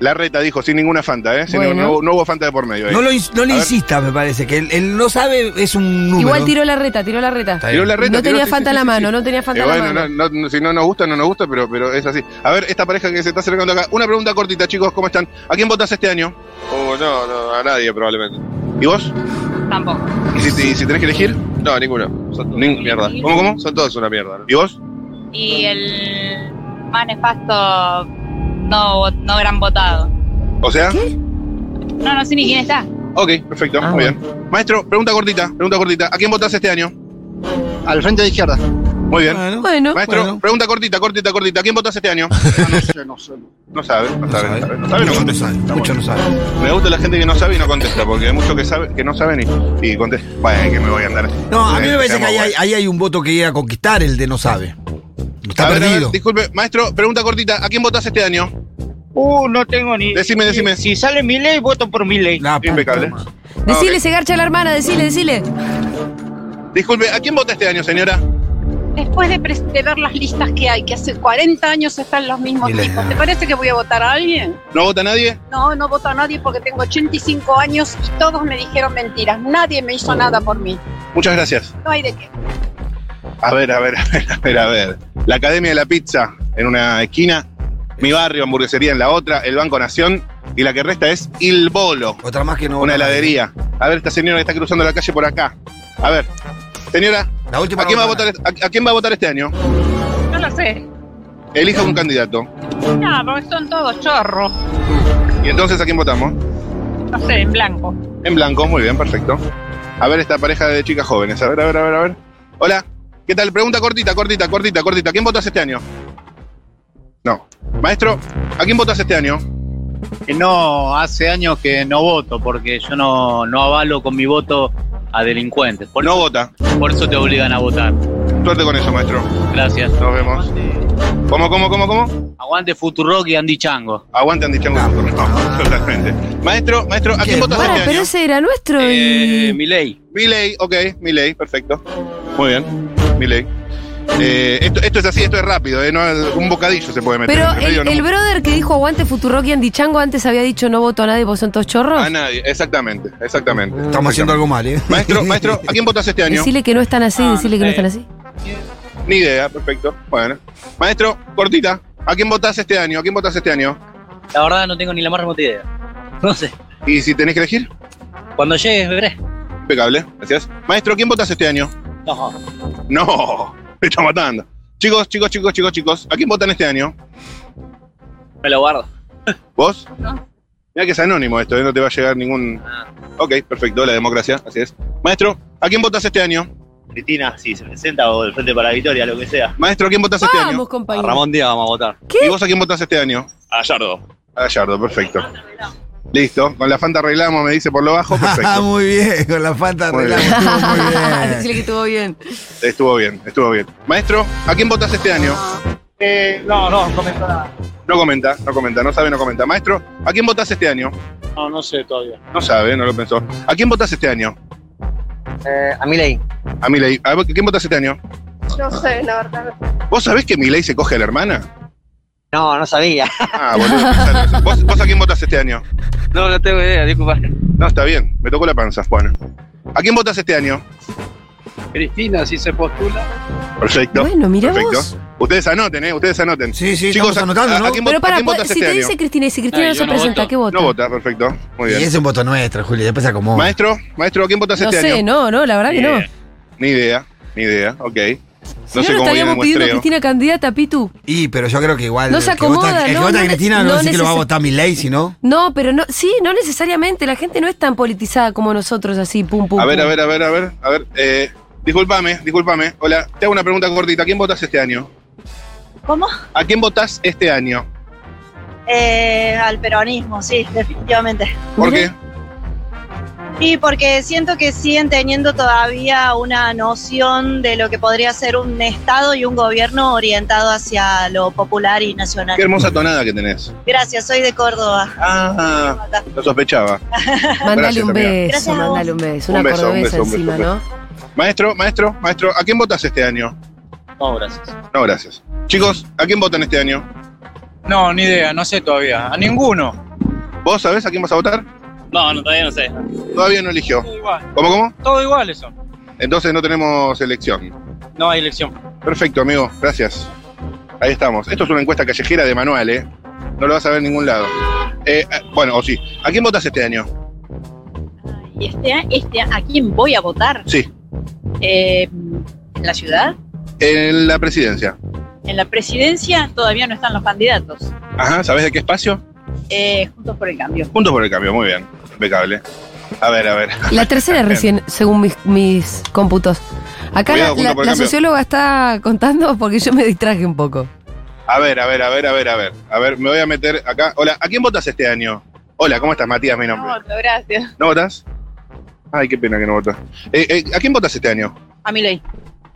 La reta dijo, sin ninguna fanta, ¿eh? Sin- Bueno. no, hubo- no hubo fanta de por medio. ¿eh? ahí. No, lo ins- no le A ver, insista, me parece, que el, el no sabe es un número. Igual tiró la reta, tiró la reta. Está bien. Tiró la reta, No tiró- tenía sí, falta sí, en la sí, mano, no tenía falta Eh, en la bueno, mano. no, no- no- si no nos gusta, no nos gusta, pero, pero es así. A ver, esta pareja que se está acercando acá. Una pregunta cortita, chicos, ¿cómo están? ¿A quién votas este año? Oh, no, no, a nadie probablemente. ¿Y vos? Tampoco. ¿Y si, te- y si tenés que elegir? No, ninguno. Son todos una mierda. ¿Cómo, cómo? Son todos una mierda. ¿no? ¿Y vos? Y el más nefasto no, no gran votado. O sea. No, no sé ni quién está. Ok, perfecto, Ah, muy bien. Maestro, pregunta cortita, pregunta cortita. ¿A quién votás este año? Al frente de izquierda. Muy bien. Bueno. Maestro, Bueno. pregunta cortita, cortita, cortita. ¿A quién votás este *laughs* año? Ah, No sabe, no sabe, no sabe. No sabe, no contesta. Mucho no sabe. Me gusta la gente que no sabe y no contesta, porque hay muchos que, sabe, que no saben y, y contesta. Bueno, que me voy a andar. No, a mí me Eh, parece que quedamos ahí hay, bueno. ahí hay un voto que ir a conquistar, el de no sabe. Está A ver, a ver, perdido. disculpe, maestro, pregunta cortita. ¿A quién votás este año? Uh, no tengo ni. Decime, decime. Si sale mi ley, voto por mi ley. Impecable. Decile, se garcha la hermana, decile, decile. Disculpe, ¿a quién vota este año, señora? Después de, pres- de ver las listas que hay, que hace 40 años están los mismos Milei, tipos, no. ¿te parece que voy a votar a alguien? ¿No vota nadie? No, no voto a nadie porque tengo 85 años y todos me dijeron mentiras. Nadie me hizo nada por mí. Muchas gracias. No hay de qué. A ver, a ver, a ver, a ver, a ver. La Academia de la Pizza en una esquina, mi barrio, hamburguesería en la otra, el Banco Nación y la que resta es Il Bolo. Otra más que no. Una heladería. A ver, esta señora que está cruzando la calle por acá. A ver, señora, ¿a, quién va a, votar, a, a quién va a votar este año? No lo sé. Elija un candidato. No, porque son todos chorros. ¿Y entonces a quién votamos? No sé, en blanco. En blanco, muy bien, perfecto. A ver esta pareja de chicas jóvenes. A ver, a ver, a ver, a ver. Hola, ¿qué tal? Pregunta cortita, cortita, cortita, cortita. ¿Quién votas este año? No. Maestro, ¿a quién votas este año? Que Eh, No, hace años que no voto, porque yo no, no avalo con mi voto a delincuentes. Por no vota. Por eso te obligan a votar. Suerte con eso, maestro. Gracias. Nos vemos. ¿Cómo, cómo, cómo, cómo? Aguante Futurock y Andy Chango. Aguante Andy Chango. No, *laughs* totalmente. Maestro, maestro, ¿a quién votas Bueno, este pero año? ese era nuestro y. Eh, Eh, Miley. Miley, ok, Miley, perfecto. Muy bien, Miley. Eh, esto, esto es así, esto es rápido, eh, no, un bocadillo se puede meter. Pero entre el, medio no- el brother que dijo aguante Futurock y Andy Chango antes había dicho no voto a nadie, vos son todos chorros. A nadie, exactamente, exactamente. Estamos haciendo algo mal, ¿eh? *laughs* Maestro, maestro, ¿a quién votas este año? Decirle que no están así, Ah, decirle que no sé. están así. Ni idea, perfecto. Bueno. Maestro, cortita, ¿a quién votás este año? ¿A quién votás este año? La verdad no tengo ni la más remota idea. No sé. ¿Y si tenés que elegir? Cuando llegues, veré. Impecable, gracias. Maestro, ¿a quién votás este año? No. No, me está matando. Chicos, chicos, chicos, chicos, chicos, ¿a quién votan este año? Me lo guardo. ¿Vos? No. Mira que es anónimo esto, ¿eh? no te va a llegar ningún. Ah. Ok, perfecto, la democracia, así es. Maestro, ¿a quién votas este año? Cristina, si se presenta o el Frente para la Victoria, lo que sea. Maestro, ¿a quién votas este año? Vamos, compañero. Díaz vamos a votar. ¿Y vos a quién votás este año? A Gallardo. A Gallardo, perfecto. Listo, con la Fanta arreglamos, me dice por lo bajo, Ah, perfecto. muy bien, con la falta de Muy bien. relajo, estuvo *laughs* muy bien. Decirle que estuvo bien. Estuvo bien, estuvo bien. Maestro, ¿a quién votas este año? Eh, no, no, comenta nada. No comenta, no comenta, no sabe, no comenta. Maestro, ¿a quién votas este año? No, no sé todavía. No sabe, no lo pensó. ¿A quién votas este año? a Milei. A Milei. ¿A vos- quién votas este año? No sé, la verdad. ¿Vos sabés que Milei se coge a la hermana? No, no sabía. Ah, boludo. pensalo eso. ¿Vos, vos a quién votas este año? No, no tengo idea, disculpa. No, está bien, me tocó la panza. Bueno. ¿A quién votas este año? Cristina, si se postula. Perfecto. Bueno, mirá Perfecto. vos. Ustedes anoten, ¿eh? Ustedes anoten. Sí, sí, estamos anotando, ¿no? Pero para, votas si este te año? dice Cristina y si Cristina no se presenta, ¿qué vota? No vota, perfecto. Muy bien. Y es un voto nuestro, Julio, después se acomoda. Maestro, maestro, ¿a quién votas No este sé, año? no, no, la verdad que no. Ni idea, ni idea, ok. Si no, le estaríamos pidiendo a Cristina candidata, Pitu. Y, pero yo creo que igual. No el se que vota- acomoda, El que no, vota no a ne- Cristina no no dice que lo va a neces- votar Milei, sino. No, pero no, sí, no necesariamente. La gente no es tan politizada como nosotros, así, pum, pum. A ver, pum. a ver, a ver, a ver, a ver. Eh, disculpame, disculpame. Hola, te hago una pregunta cortita. ¿A quién votas este año? ¿Cómo? ¿A quién votas este año? Eh, al peronismo, sí, definitivamente. ¿Por qué? Y porque siento que siguen teniendo todavía una noción de lo que podría ser un Estado y un gobierno orientado hacia lo popular y nacional. Qué hermosa tonada que tenés. Gracias, soy de Córdoba. Ah, lo sospechaba. Mandale Gracias, un amiga. beso, mandale un beso. Una Un beso, un cordobesa beso, un beso, encima, un beso. ¿no? Maestro, maestro, maestro, ¿a quién votas este año? No, gracias. No, gracias. Chicos, ¿a quién votan este año? No, ni idea, no sé todavía. A ninguno. ¿Vos sabés a quién vas a votar? No, no, todavía no sé. Todavía no eligió. Igual. ¿Cómo, cómo? Todo igual eso. Entonces no tenemos elección. No hay elección. Perfecto, amigo, gracias. Ahí estamos. Esto es una encuesta callejera de manual, ¿eh? No lo vas a ver en ningún lado. Eh, ah, bueno, o sí. ¿A quién votas este año? ¿Y este, este, a quién voy a votar? Sí. Eh, ¿En la ciudad? En la presidencia. En la presidencia todavía no están los candidatos. Ajá, ¿sabés de qué espacio? Eh, juntos por el cambio. Juntos por el cambio, muy bien. Impecable. A ver, a ver. La tercera recién, según mis, mis cómputos. Acá Cuidado, la, junto la- por el la cambio. socióloga está contando porque yo me distraje un poco. A ver, a ver, a ver, a ver, a ver. A ver, me voy a meter acá. Hola, ¿a quién votas este año? Hola, ¿cómo estás, Matías? Mi nombre. gracias. ¿No votas? Ay, qué pena que no votas. Eh, eh, ¿A quién votas este año? A mi ley.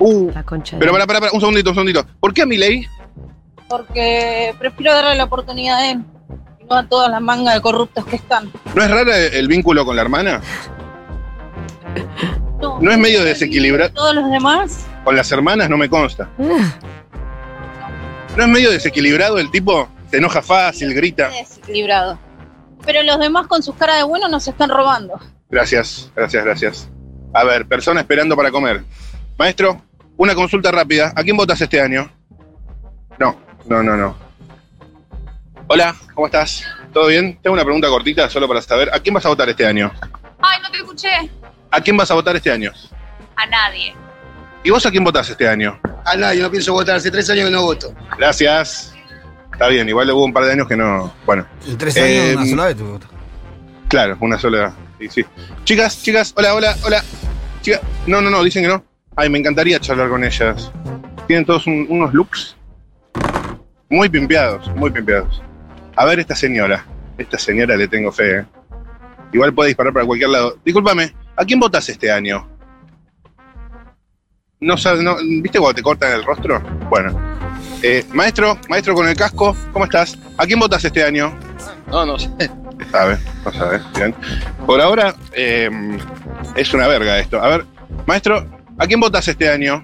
Uh, La concha de- pero para, para, para, un segundito, un segundito. ¿Por qué a mi ley? Porque prefiero darle la oportunidad a él. y No a todas las mangas de corruptos que están. ¿No es raro el vínculo con la hermana? No, ¿No es medio desequilibrado? Todos los demás. Con las hermanas no me consta. ¿No es medio desequilibrado el tipo? Se enoja fácil, grita. Desequilibrado. Pero los demás con sus caras de bueno nos están robando. Gracias, gracias, gracias. A ver, persona esperando para comer. Maestro, una consulta rápida. ¿A quién votas este año? No, no, no, no. Hola, ¿cómo estás? ¿Todo bien? Tengo una pregunta cortita solo para saber. ¿A quién vas a votar este año? Ay, no te escuché. ¿A quién vas a votar este año? A *laughs* nadie. ¿Y vos a quién votás este año? A nadie, no pienso votar. Hace tres años que no voto. Gracias. Está bien, igual hubo un par de años que no. Bueno. En tres años, Eh, una sola vez tu voto. Claro, una sola. Sí, sí. Chicas, chicas, hola, hola, hola. Chica- No, no, no, dicen que no. Ay, me encantaría charlar con ellas. Tienen todos un- unos looks muy pimpeados, muy pimpeados. A ver esta señora. Esta señora le tengo fe, ¿eh? Igual puede disparar para cualquier lado. Discúlpame, ¿a quién votas este año? No sabes, no, ¿viste cuando te cortan el rostro? Bueno. Eh, maestro, maestro con el casco, ¿cómo estás? ¿A quién votas este año? No, no sé. Sabe, no sabe. bien. Por ahora eh, es una verga esto. A ver, maestro, ¿a quién votas este año?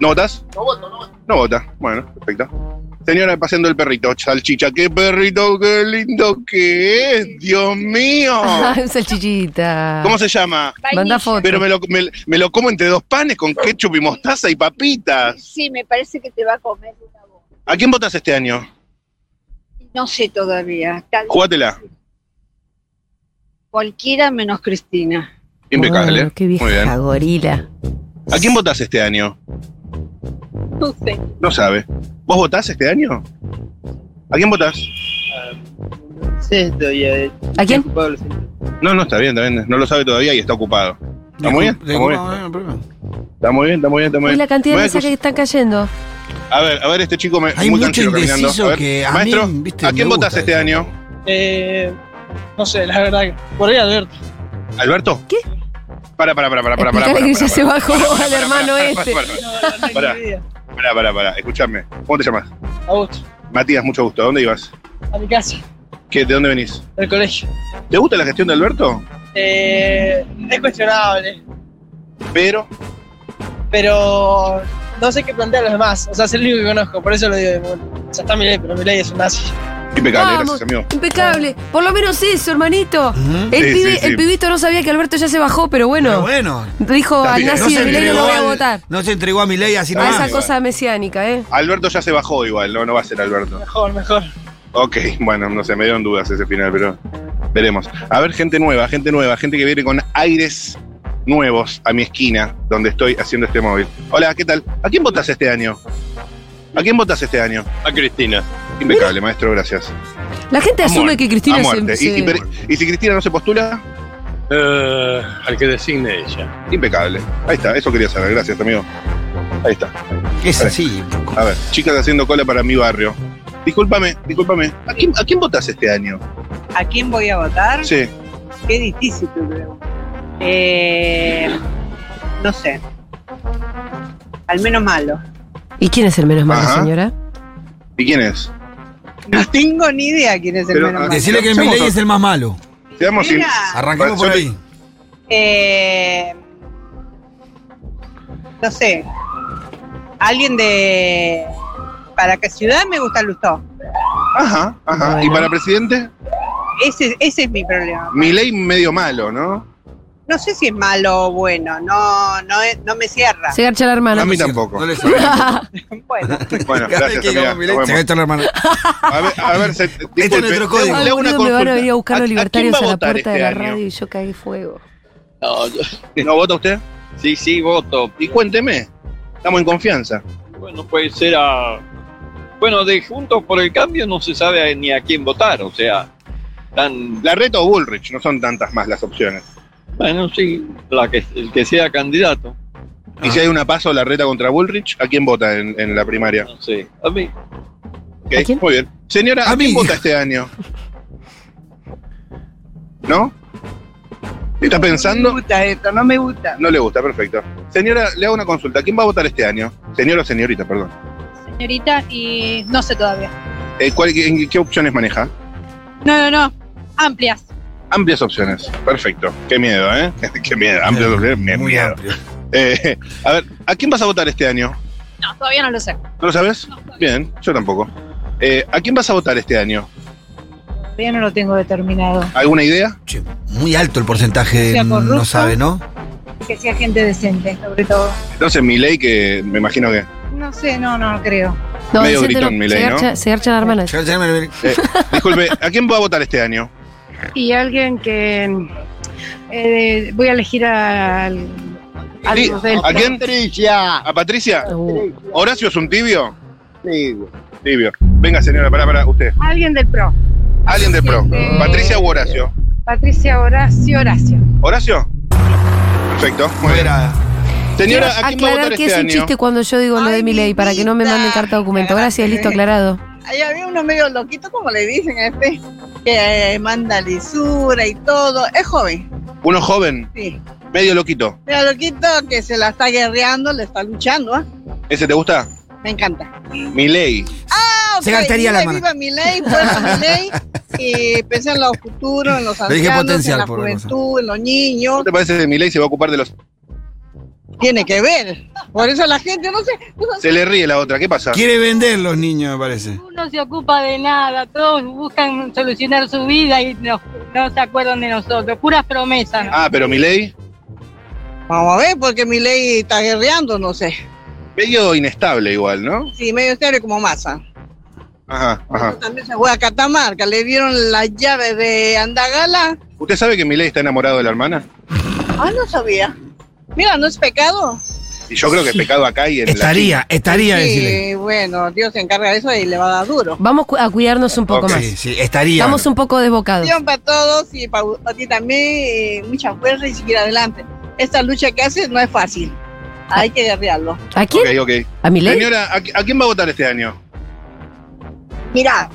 ¿No votas? No voto, no voto. No vota. Bueno, perfecto. Señora paseando el perrito, salchicha, qué perrito, qué lindo que es, Dios mío. es el chichita. ¿Cómo se llama? Manda foto. Pero me lo, me- me lo como entre dos panes con ketchup y mostaza y papitas. Sí, me parece que te va a comer una voz. ¿A quién votas este año? No sé todavía. Tal vez Jugátela. cualquiera menos Cristina. Impecable. Wow, qué eh? Muy vieja bien. gorila. ¿A quién votas este año? No sé. No sabe. ¿Vos votás este año? ¿A quién votás? Sí, estoy. eh, ¿A quién? preocupado, lo siento. No, no, está bien, está bien. No lo sabe todavía y está ocupado. ¿Está muy bien? Está muy bien, está muy bien, está muy bien. Está muy Uy, bien. la cantidad de Voy a mensajes que están cayendo. escuchar- A ver, a ver, este chico me Hay muy mucho tranquilo caminando. indeciso A ver, que a mí, maestro, viste, ¿a quién me votás gusta este eso. año? Eh, no sé, la verdad, que- por ahí Alberto. ¿Alberto? ¿Qué? Para, para, para, para, para, para. Explícale que ya se bajó al pará, hermano este. Pará, pará, pará, pará. Escuchame. ¿Cómo te llamas? Augusto, Matías, mucho gusto. ¿A dónde ibas? a mi casa, ¿Qué, ¿De dónde venís? del colegio. ¿Te gusta la gestión de Alberto? Eh, es cuestionable, Pero, pero no sé qué plantear a los demás. O sea, es el único que conozco, por eso lo digo. Bueno, o sea, está Milei, pero Milei es un nazi. impecable, Vamos. gracias, amigo. Impecable. Por lo menos eso, hermanito. el, Sí, pibe- sí, sí. el pibito no sabía que Alberto ya se bajó, pero Eh, bueno. Pero bueno. Dijo Está al bien. nazi No de se Milei no entregó lo voy a al- votar. No se entregó a mi ley Ah, así a nomás. esa cosa mesiánica, ¿eh? Alberto ya se bajó igual, no, no va a ser Alberto. Mejor, mejor. Ok, bueno, no sé, me dieron dudas ese final, pero veremos. A ver, gente nueva, gente nueva, gente que viene con aires nuevos a mi esquina, donde estoy haciendo este móvil. Hola, ¿qué tal? ¿A quién votas este año? ¿A quién votas este año? A Cristina. Impecable, maestro, gracias. La gente A asume muerte, que Cristina a se. muerte. se- Y, y per- y si Cristina no se postula? Eh, al que designe ella. Impecable. Ahí está, eso quería saber. Gracias, amigo. Ahí está. Es A ver. así. A ver, chicas haciendo cola para mi barrio. Discúlpame, discúlpame. ¿A quién, ¿A quién votas este año? ¿A quién voy a votar? Sí. Qué difícil tu pregunta. Eh, no sé. Al menos malo. ¿Y quién es el menos malo, Ajá. señora? ¿Y quién es? No tengo ni idea quién es el Pero, ah, menos malo. Decirle que Seamos mi ley dos. es el más malo. Seamos sin. Mira. Arranquemos por ahí. Eh, no sé. Alguien de. Eh, ¿Para qué ciudad me gusta Lustó? Ajá, ajá. ¿Y para presidente? Ese, ese es mi problema. Mi ley medio malo, ¿no? No sé si es malo o bueno. No, no, es- no me cierra. Se garcha la hermana. A mí tampoco. Bueno, Cada vez gracias, que amiga. llegamos a Milei, Nos se vemos. gasta la hermana. A ver, a ver, se- disculpe, es nuestro código. le hago- le hago Algunos me una van a consulta. venir a buscar los quién libertarios va a, a la votar puerta de este la año? radio y yo cagué fuego. No, vota usted? Sí, sí, voto. Y cuénteme. Estamos en confianza. Bueno, puede ser a. Bueno, de Juntos por el Cambio no se sabe ni a quién votar, o sea, tan. La Reta o Bullrich, no son tantas más las opciones. Bueno, sí, la que, el que sea candidato. Y si hay una paso la reta contra Bullrich, ¿a quién vota en, en la primaria? No sé, a mí. Ok, Muy bien. Señora, ¿a, quién vota este año? ¿No? ¿Está pensando? No me gusta esto, no me gusta. No le gusta, perfecto. Señora, le hago una consulta. ¿A ¿Quién va a votar este año? Señora o señorita, perdón. Señorita, y no sé todavía. Eh, ¿cuál- qué, qué opciones maneja? No, no, no. Amplias. Amplias opciones. Perfecto. Qué miedo, ¿eh? *laughs* Qué miedo. Amplias opciones. Qué miedo. Eh, a ver, ¿a quién vas a votar este año? No, todavía no lo sé. ¿No lo sabes? Bien, yo tampoco. Eh, ¿A quién vas a votar este año? Todavía no lo tengo determinado. ¿Alguna idea? Muy alto el porcentaje Que sea de no corrupto. sabe, ¿no? Que sea gente decente, sobre todo. Entonces, mi ley, que me imagino que. No sé, no, no creo. No, Medio decirte gritón, Milei, se, ¿no? garcha, se garcha la hermana. Eh, disculpe, ¿a quién va a votar este año? Y alguien que eh, voy a elegir al. al Sí, del- ¿A quién? Patricia. ¿A Patricia? ¿Horacio es un tibio? Tibio. Tibio. Venga, señora, pará, pará, usted. Alguien del PRO. Alguien de pro. Este- ¿Patricia u Horacio? Patricia Horacio Horacio. ¿Horacio? Perfecto. Muy bien. Quiero Señora, ¿a quién va a aclarar votar que este es un año? chiste cuando yo digo lo de mi ley, para que no me manden carta de documento. Gracias, listo, aclarado. Ahí había uno medio loquito, como le dicen a este, que eh, manda lisura y todo. Es joven, Uno joven, sí. medio loquito. Pero loquito que se la está guerreando, le está luchando, ¿ah? ¿Ese te gusta? Me encanta. Mi ley. Ah, Se ok, gastaría la viva, mano. Viva mi ley, fuerza mi ley. Y pensé en lo futuro, en los Le ancianos, dije en potencial, la por lo menos. juventud, en los niños. ¿No te parece que mi ley se va a ocupar de los Tiene que ver. Por eso la gente, no sé. no sé. Se le ríe la otra, ¿qué pasa? Quiere vender los niños, me parece. No se ocupa de nada, todos buscan solucionar su vida y no, no se acuerdan de nosotros, puras promesas. Ah, pero mi ley, Vamos a ver, porque mi ley está guerreando, no sé. medio inestable igual, ¿no? Sí, medio estéreo como masa. Ajá, ajá. También se fue a Catamarca, le dieron las llaves de Andagala. ¿Usted sabe que mi ley está enamorado de la hermana? Ah, no sabía. Mira, no es pecado. Y yo creo que pecado acá y en Estaría, la. estaría, decirle. Sí, bueno, Dios se encarga de eso y le va a dar duro. Vamos cu- a cuidarnos un poco Ok, más. Sí, sí, estaría. Estamos un poco desbocados. Bendición para todos y para a ti también, y mucha fuerza y seguir adelante. Esta lucha que haces no es fácil. Hay que guerrearlo. ¿A quién? Ok, ok. ¿A Milei? Señora, ¿a, qui- a quién va a votar este año? Mira,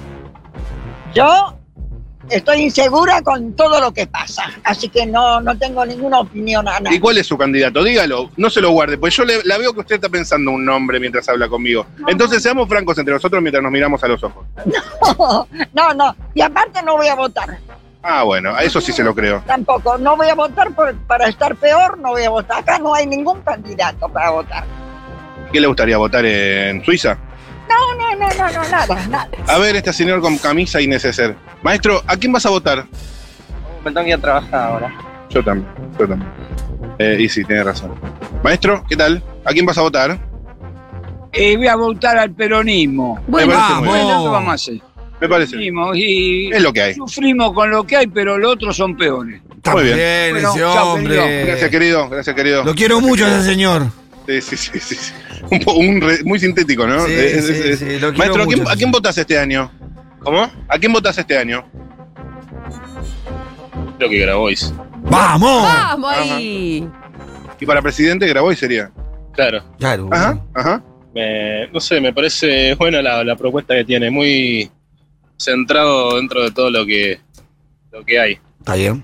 yo estoy insegura con todo lo que pasa, así que no, no tengo ninguna opinión, Ana. ¿Y cuál es su candidato? Dígalo, no se lo guarde, pues yo le- la veo que usted está pensando un nombre mientras habla conmigo. Entonces seamos francos entre nosotros mientras nos miramos a los ojos. No, no, y aparte no voy a votar, Ah, bueno, a eso sí se lo creo. tampoco, no voy a votar por- para estar peor, no voy a votar. Acá no hay ningún candidato para votar. ¿Qué le gustaría votar en Suiza? No, no, no, no, no, *laughs* nada, nada. A ver, este señor con camisa y neceser. Maestro, ¿a quién vas a votar? Oh, Me tengo que ir a trabajar ahora. Yo también, yo también. Eh, y sí, tiene razón. Maestro, ¿qué tal? ¿A quién vas a votar? Eh, voy a votar al peronismo. Bueno, Me parece vamos. muy bien. Bueno, ¿qué vamos a hacer? Me parece. Sufrimos y Es lo que hay. Sufrimos con lo que hay, pero los otros son peores. Muy bien. Bueno, chao, querido. Gracias, querido. Gracias, querido. Eh, Lo quiero mucho a ese señor. Sí, sí, sí. sí, sí. Un po- un re- muy sintético, ¿no? Sí, Es- sí, es- sí, es- lo quiero Maestro, ¿a quién, mucho, ¿a quién votas este año? ¿Cómo? ¿A quién votas este año? Creo que Grabois. ¡Vamos! Ah. Vamos ahí. Y para presidente, Grabois sería. Claro. Claro. Ajá, ajá. Me- no sé, me parece buena la, la propuesta que tiene, muy centrado dentro de todo lo que, lo que hay. Está bien.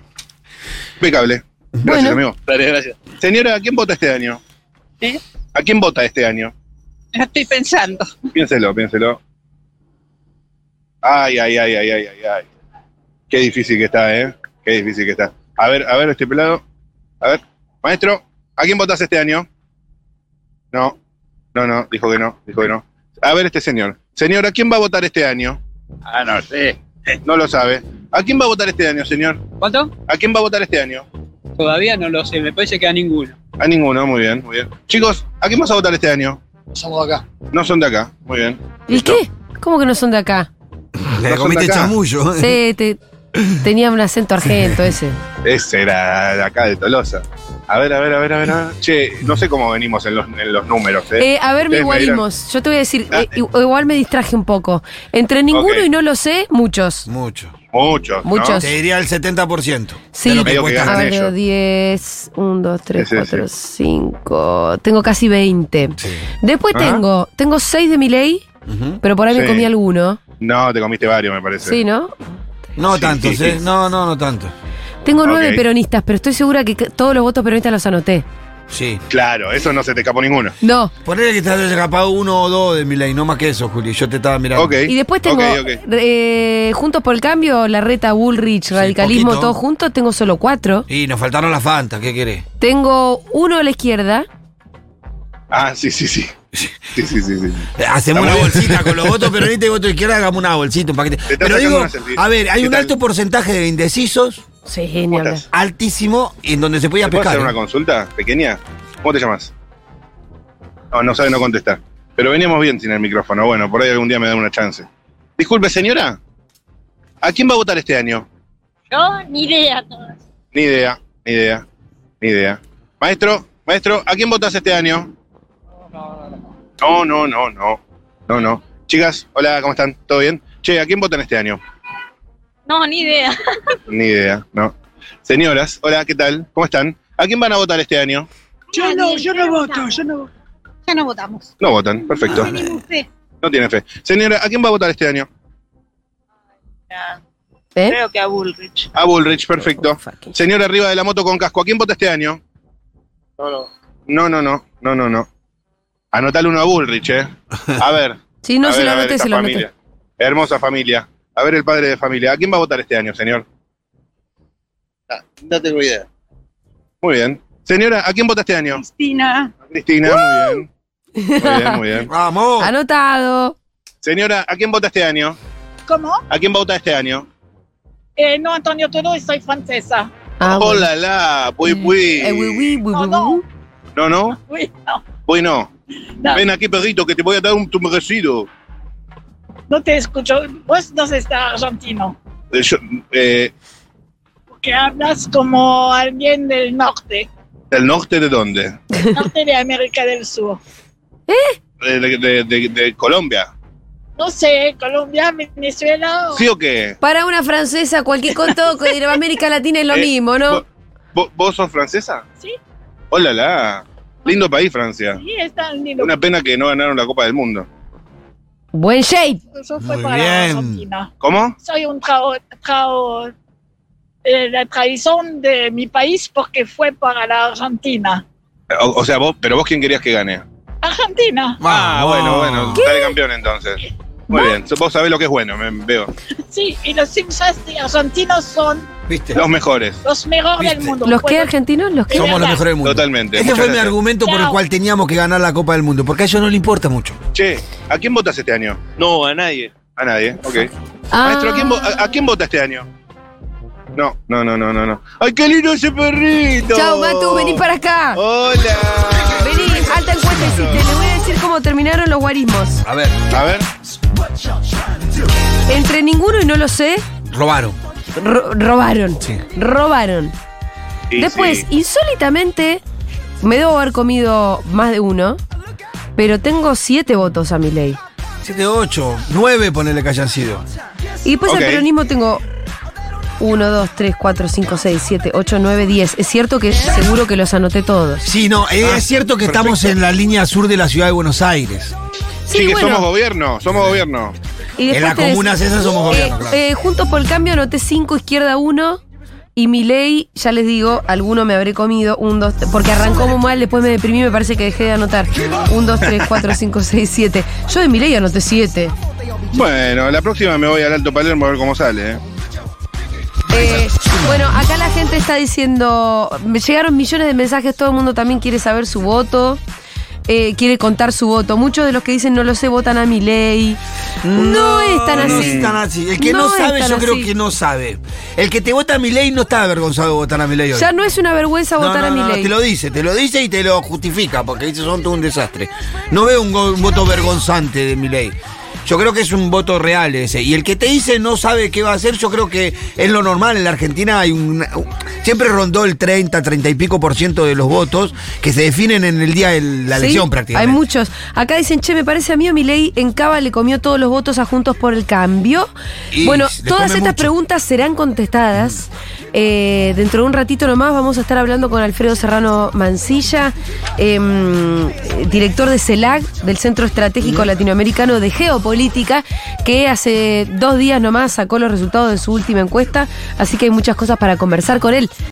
Impecable. Gracias, amigo. Dale, gracias. Señora, ¿a quién vota este año? ¿Eh? ¿A quién vota este año? Estoy pensando. Piénselo, piénselo. Ay, ay, ay, ay, ay, ay, ay. Qué difícil que está, ¿eh? Qué difícil que está. A ver, a ver, este pelado. A ver, maestro, ¿a quién votas este año? No, no, no, dijo que no, dijo que no. A ver, este señor. Señor, ¿a quién va a votar este año? Ah, no sé. No lo sabe. ¿A quién va a votar este año, señor? ¿Cuánto? ¿A quién va a votar este año? Todavía no lo sé, me parece que a ninguno. A ninguno, muy bien, muy bien. Chicos, ¿a quién vas a votar este año? Somos acá. No son de acá, muy bien. ¿Y qué? ¿Cómo que no son de acá? No son de acá. Sí, ¿eh? te- tenía un acento argento ese. Ese era de acá de Tolosa. A ver, a ver, a ver, a ver. a ver. Che, no sé cómo venimos en los, en los números. ¿eh? Eh, a ver, me Ustedes dirán. igualimos. Yo te voy a decir, eh, i- igual me distraje un poco. Entre ninguno Ok. y no lo sé, muchos. Muchos. Muchos. ¿no? Muchos. Te diría el 70%. Sí, de lo que Medio que cuesta. a ganan ver, ellos. veo 10, 1, 2, 3, Sí, sí, 4, 5. Tengo casi 20. Después Ajá. tengo, tengo 6 de mi ley, Ujú. pero por ahí me Sí. comí alguno. No, te comiste varios, me Sí, parece. ¿no? No Sí, tantos, sí, ¿eh? sí. No, no, no tantos. Tengo Ah, 9 ok. peronistas, pero estoy segura que c- todos los votos peronistas los anoté. Sí. Claro, eso no se te escapó ninguno. No. Ponele que te has escapado uno o dos de mi ley, no más que eso, Juli. Yo te estaba mirando. Ok. Y después tengo, eh, juntos por el cambio, la reta Bullrich, radicalismo, poquito. todo junto, tengo solo 4. Y nos faltaron las fantas, ¿qué querés? Tengo uno a la izquierda. Ah, sí, sí, sí. Sí, sí, sí. sí. Eh, Hacemos una bolsita *laughs* con los votos peronistas y votos de izquierda, hagamos una bolsita, un paquete. está Pero sacando digo, una selfie. a ver, hay ¿Qué un tal? alto porcentaje de indecisos. Sí, genial. Altísimo, en donde se podía ¿Te puedo pescar. hacer una ¿eh? consulta pequeña? ¿Cómo te llamas? No, no sabe no contestar. Pero veníamos bien sin el micrófono. Bueno, por ahí algún día me da una chance. Disculpe, señora. ¿A quién va a votar este año? Yo ni idea. Ni idea, ni idea, ni idea. Maestro, maestro, ¿a quién votas este año? No, no, no, no. No, no. Chicas, hola, ¿cómo están? ¿Todo bien? Che, ¿a quién votan este año? No, ni idea. Ni idea, no. Señoras, hola, ¿qué tal? ¿Cómo están? ¿A quién van a votar este año? Yo no, yo no voto, yo no voto. Ya no votamos. No votan, perfecto. Tenemos fe. No tiene fe. Señora, ¿a quién va a votar este año? Creo que a Bullrich. A Bullrich, perfecto. Señora arriba de la moto con casco, ¿a quién vota este año? No, no. No, no, no, no, no, no. Anotale uno a Bullrich, ¿eh? A ver. Si *laughs* no A se ver, lo a ver anoté, esta se lo anoté. familia. Hermosa familia. A ver el padre de familia. ¿A quién va a votar este año, señor? No tengo idea. Muy bien. Señora, ¿a quién vota este año? Cristina. Cristina, muy bien. Muy bien, muy *laughs* bien. Ah, Vamos. Anotado. Señora, ¿a quién vota este año? ¿Cómo? ¿A quién vota este año? Eh, no, Antonio Toro, soy francesa. Hola, Oh, la, puy, puy. Eh, oui, oui, oui, No, oui, no, oui. No, no, uy, no, puy no. No. Ven aquí, perrito, que te voy a dar un tu merecido. no te escucho. Vos no estás argentino, Eh, yo, eh, porque hablas como alguien del norte, ¿Del norte de dónde? norte de América del Sur. Eh, De, de- de- de Colombia. No sé, Colombia, Venezuela. o- ¿Sí o qué? Para una francesa, cualquier contado que dirá América Latina es lo Eh, mismo, ¿no? ¿Vo- ¿Vos sos francesa? Sí. Ah. Hola, la. Lindo país, Francia. Sí, está lindo. Una pena que no ganaron la Copa del Mundo. Buen shape. Yo fui Muy para bien. Argentina. ¿Cómo? Soy un trao, trao- eh, la traición de mi país porque fue para la Argentina. O, o sea, vos, pero vos quién querías que gane. Argentina. Ah, bueno, bueno. Sale campeón entonces. Muy bien. So- Vos sabés lo que es bueno, me veo. Sí, y los hinchas de argentinos son ¿Viste? Los mejores. los mejores del mundo. ¿Los Bueno, qué argentinos? ¿Los qué? Somos los mejores del mundo. Totalmente. Ese Muchas fue mi gracias. argumento por el Chao. cual teníamos que ganar la Copa del Mundo, porque a ellos no les importa mucho. Che, ¿a quién votas este año? No, a nadie. A nadie, ok. Ah. Maestro, ¿a quién, vo- a, a quién vota este año? No, no, no, no, no, no. ¡Ay, qué lindo ese perrito! Chau, Matu, vení para acá. Oh. Hola. Vení, alta encuesta hiciste. Le voy a decir cómo terminaron los guarismos. A ver, A ver, Entre ninguno y no lo sé, robaron. ro- robaron. Sí. Robaron. Y Después, sí. insólitamente, me debo haber comido más de uno, pero tengo siete votos a mi ley. 7, 8, 9 ponele que hayan sido. Y después Ok. el peronismo tengo 1, 2, 3, 4, 5, 6, 7, 8, 9, 10. Es cierto que seguro que los anoté todos. Sí, no, eh, Ah, es cierto que estamos en la línea sur de la ciudad de Buenos Aires. sí, que somos gobierno, somos gobierno. y en las te des- comunas esas somos gobierno, Eh, claro. eh, junto por el cambio anoté 5, izquierda 1. Y mi ley, ya les digo, alguno me habré comido, un, dos, tres, porque arrancó muy mal, después me deprimí, me parece que dejé de anotar. 1, 2, 3, 4, 5, 6, 7. Yo de mi ley anoté 7. Bueno, la próxima me voy al Alto Palermo a ver cómo sale. ¿eh? Eh, bueno, acá la gente está diciendo, me llegaron millones de mensajes, todo el mundo también quiere saber su voto, eh, quiere contar su voto. Muchos de los que dicen no lo sé votan a mi ley. No, es tan Mm. No así. es tan así. El que no, es sabe, tan yo creo así. que no sabe. El que te vota a mi ley no está avergonzado de votar a mi ley hoy. Ya no es una vergüenza No, votar no, a mi no, ley. Te lo dice, te lo dice y te lo justifica, porque dice son todo un desastre. No veo un, go- un voto vergonzante de mi ley. Yo creo que es un voto real ese. Y el que te dice no sabe qué va a hacer, yo creo que es lo normal. En la Argentina hay un. Siempre rondó el 30, 30 y pico por ciento de los votos que se definen en el día de la Sí, elección prácticamente. Hay muchos. Acá dicen, che, me parece a mí o mi ley en Cava le comió todos los votos a Juntos por el Cambio. Y bueno, le come todas estas mucho. preguntas serán contestadas. Eh, dentro de un ratito nomás vamos a estar hablando con Alfredo Serrano Mancilla, em, eh, director de CELAC, del Centro Estratégico Latinoamericano de Geopolítica, que hace dos días nomás sacó los resultados de su última encuesta, así que hay muchas cosas para conversar con él.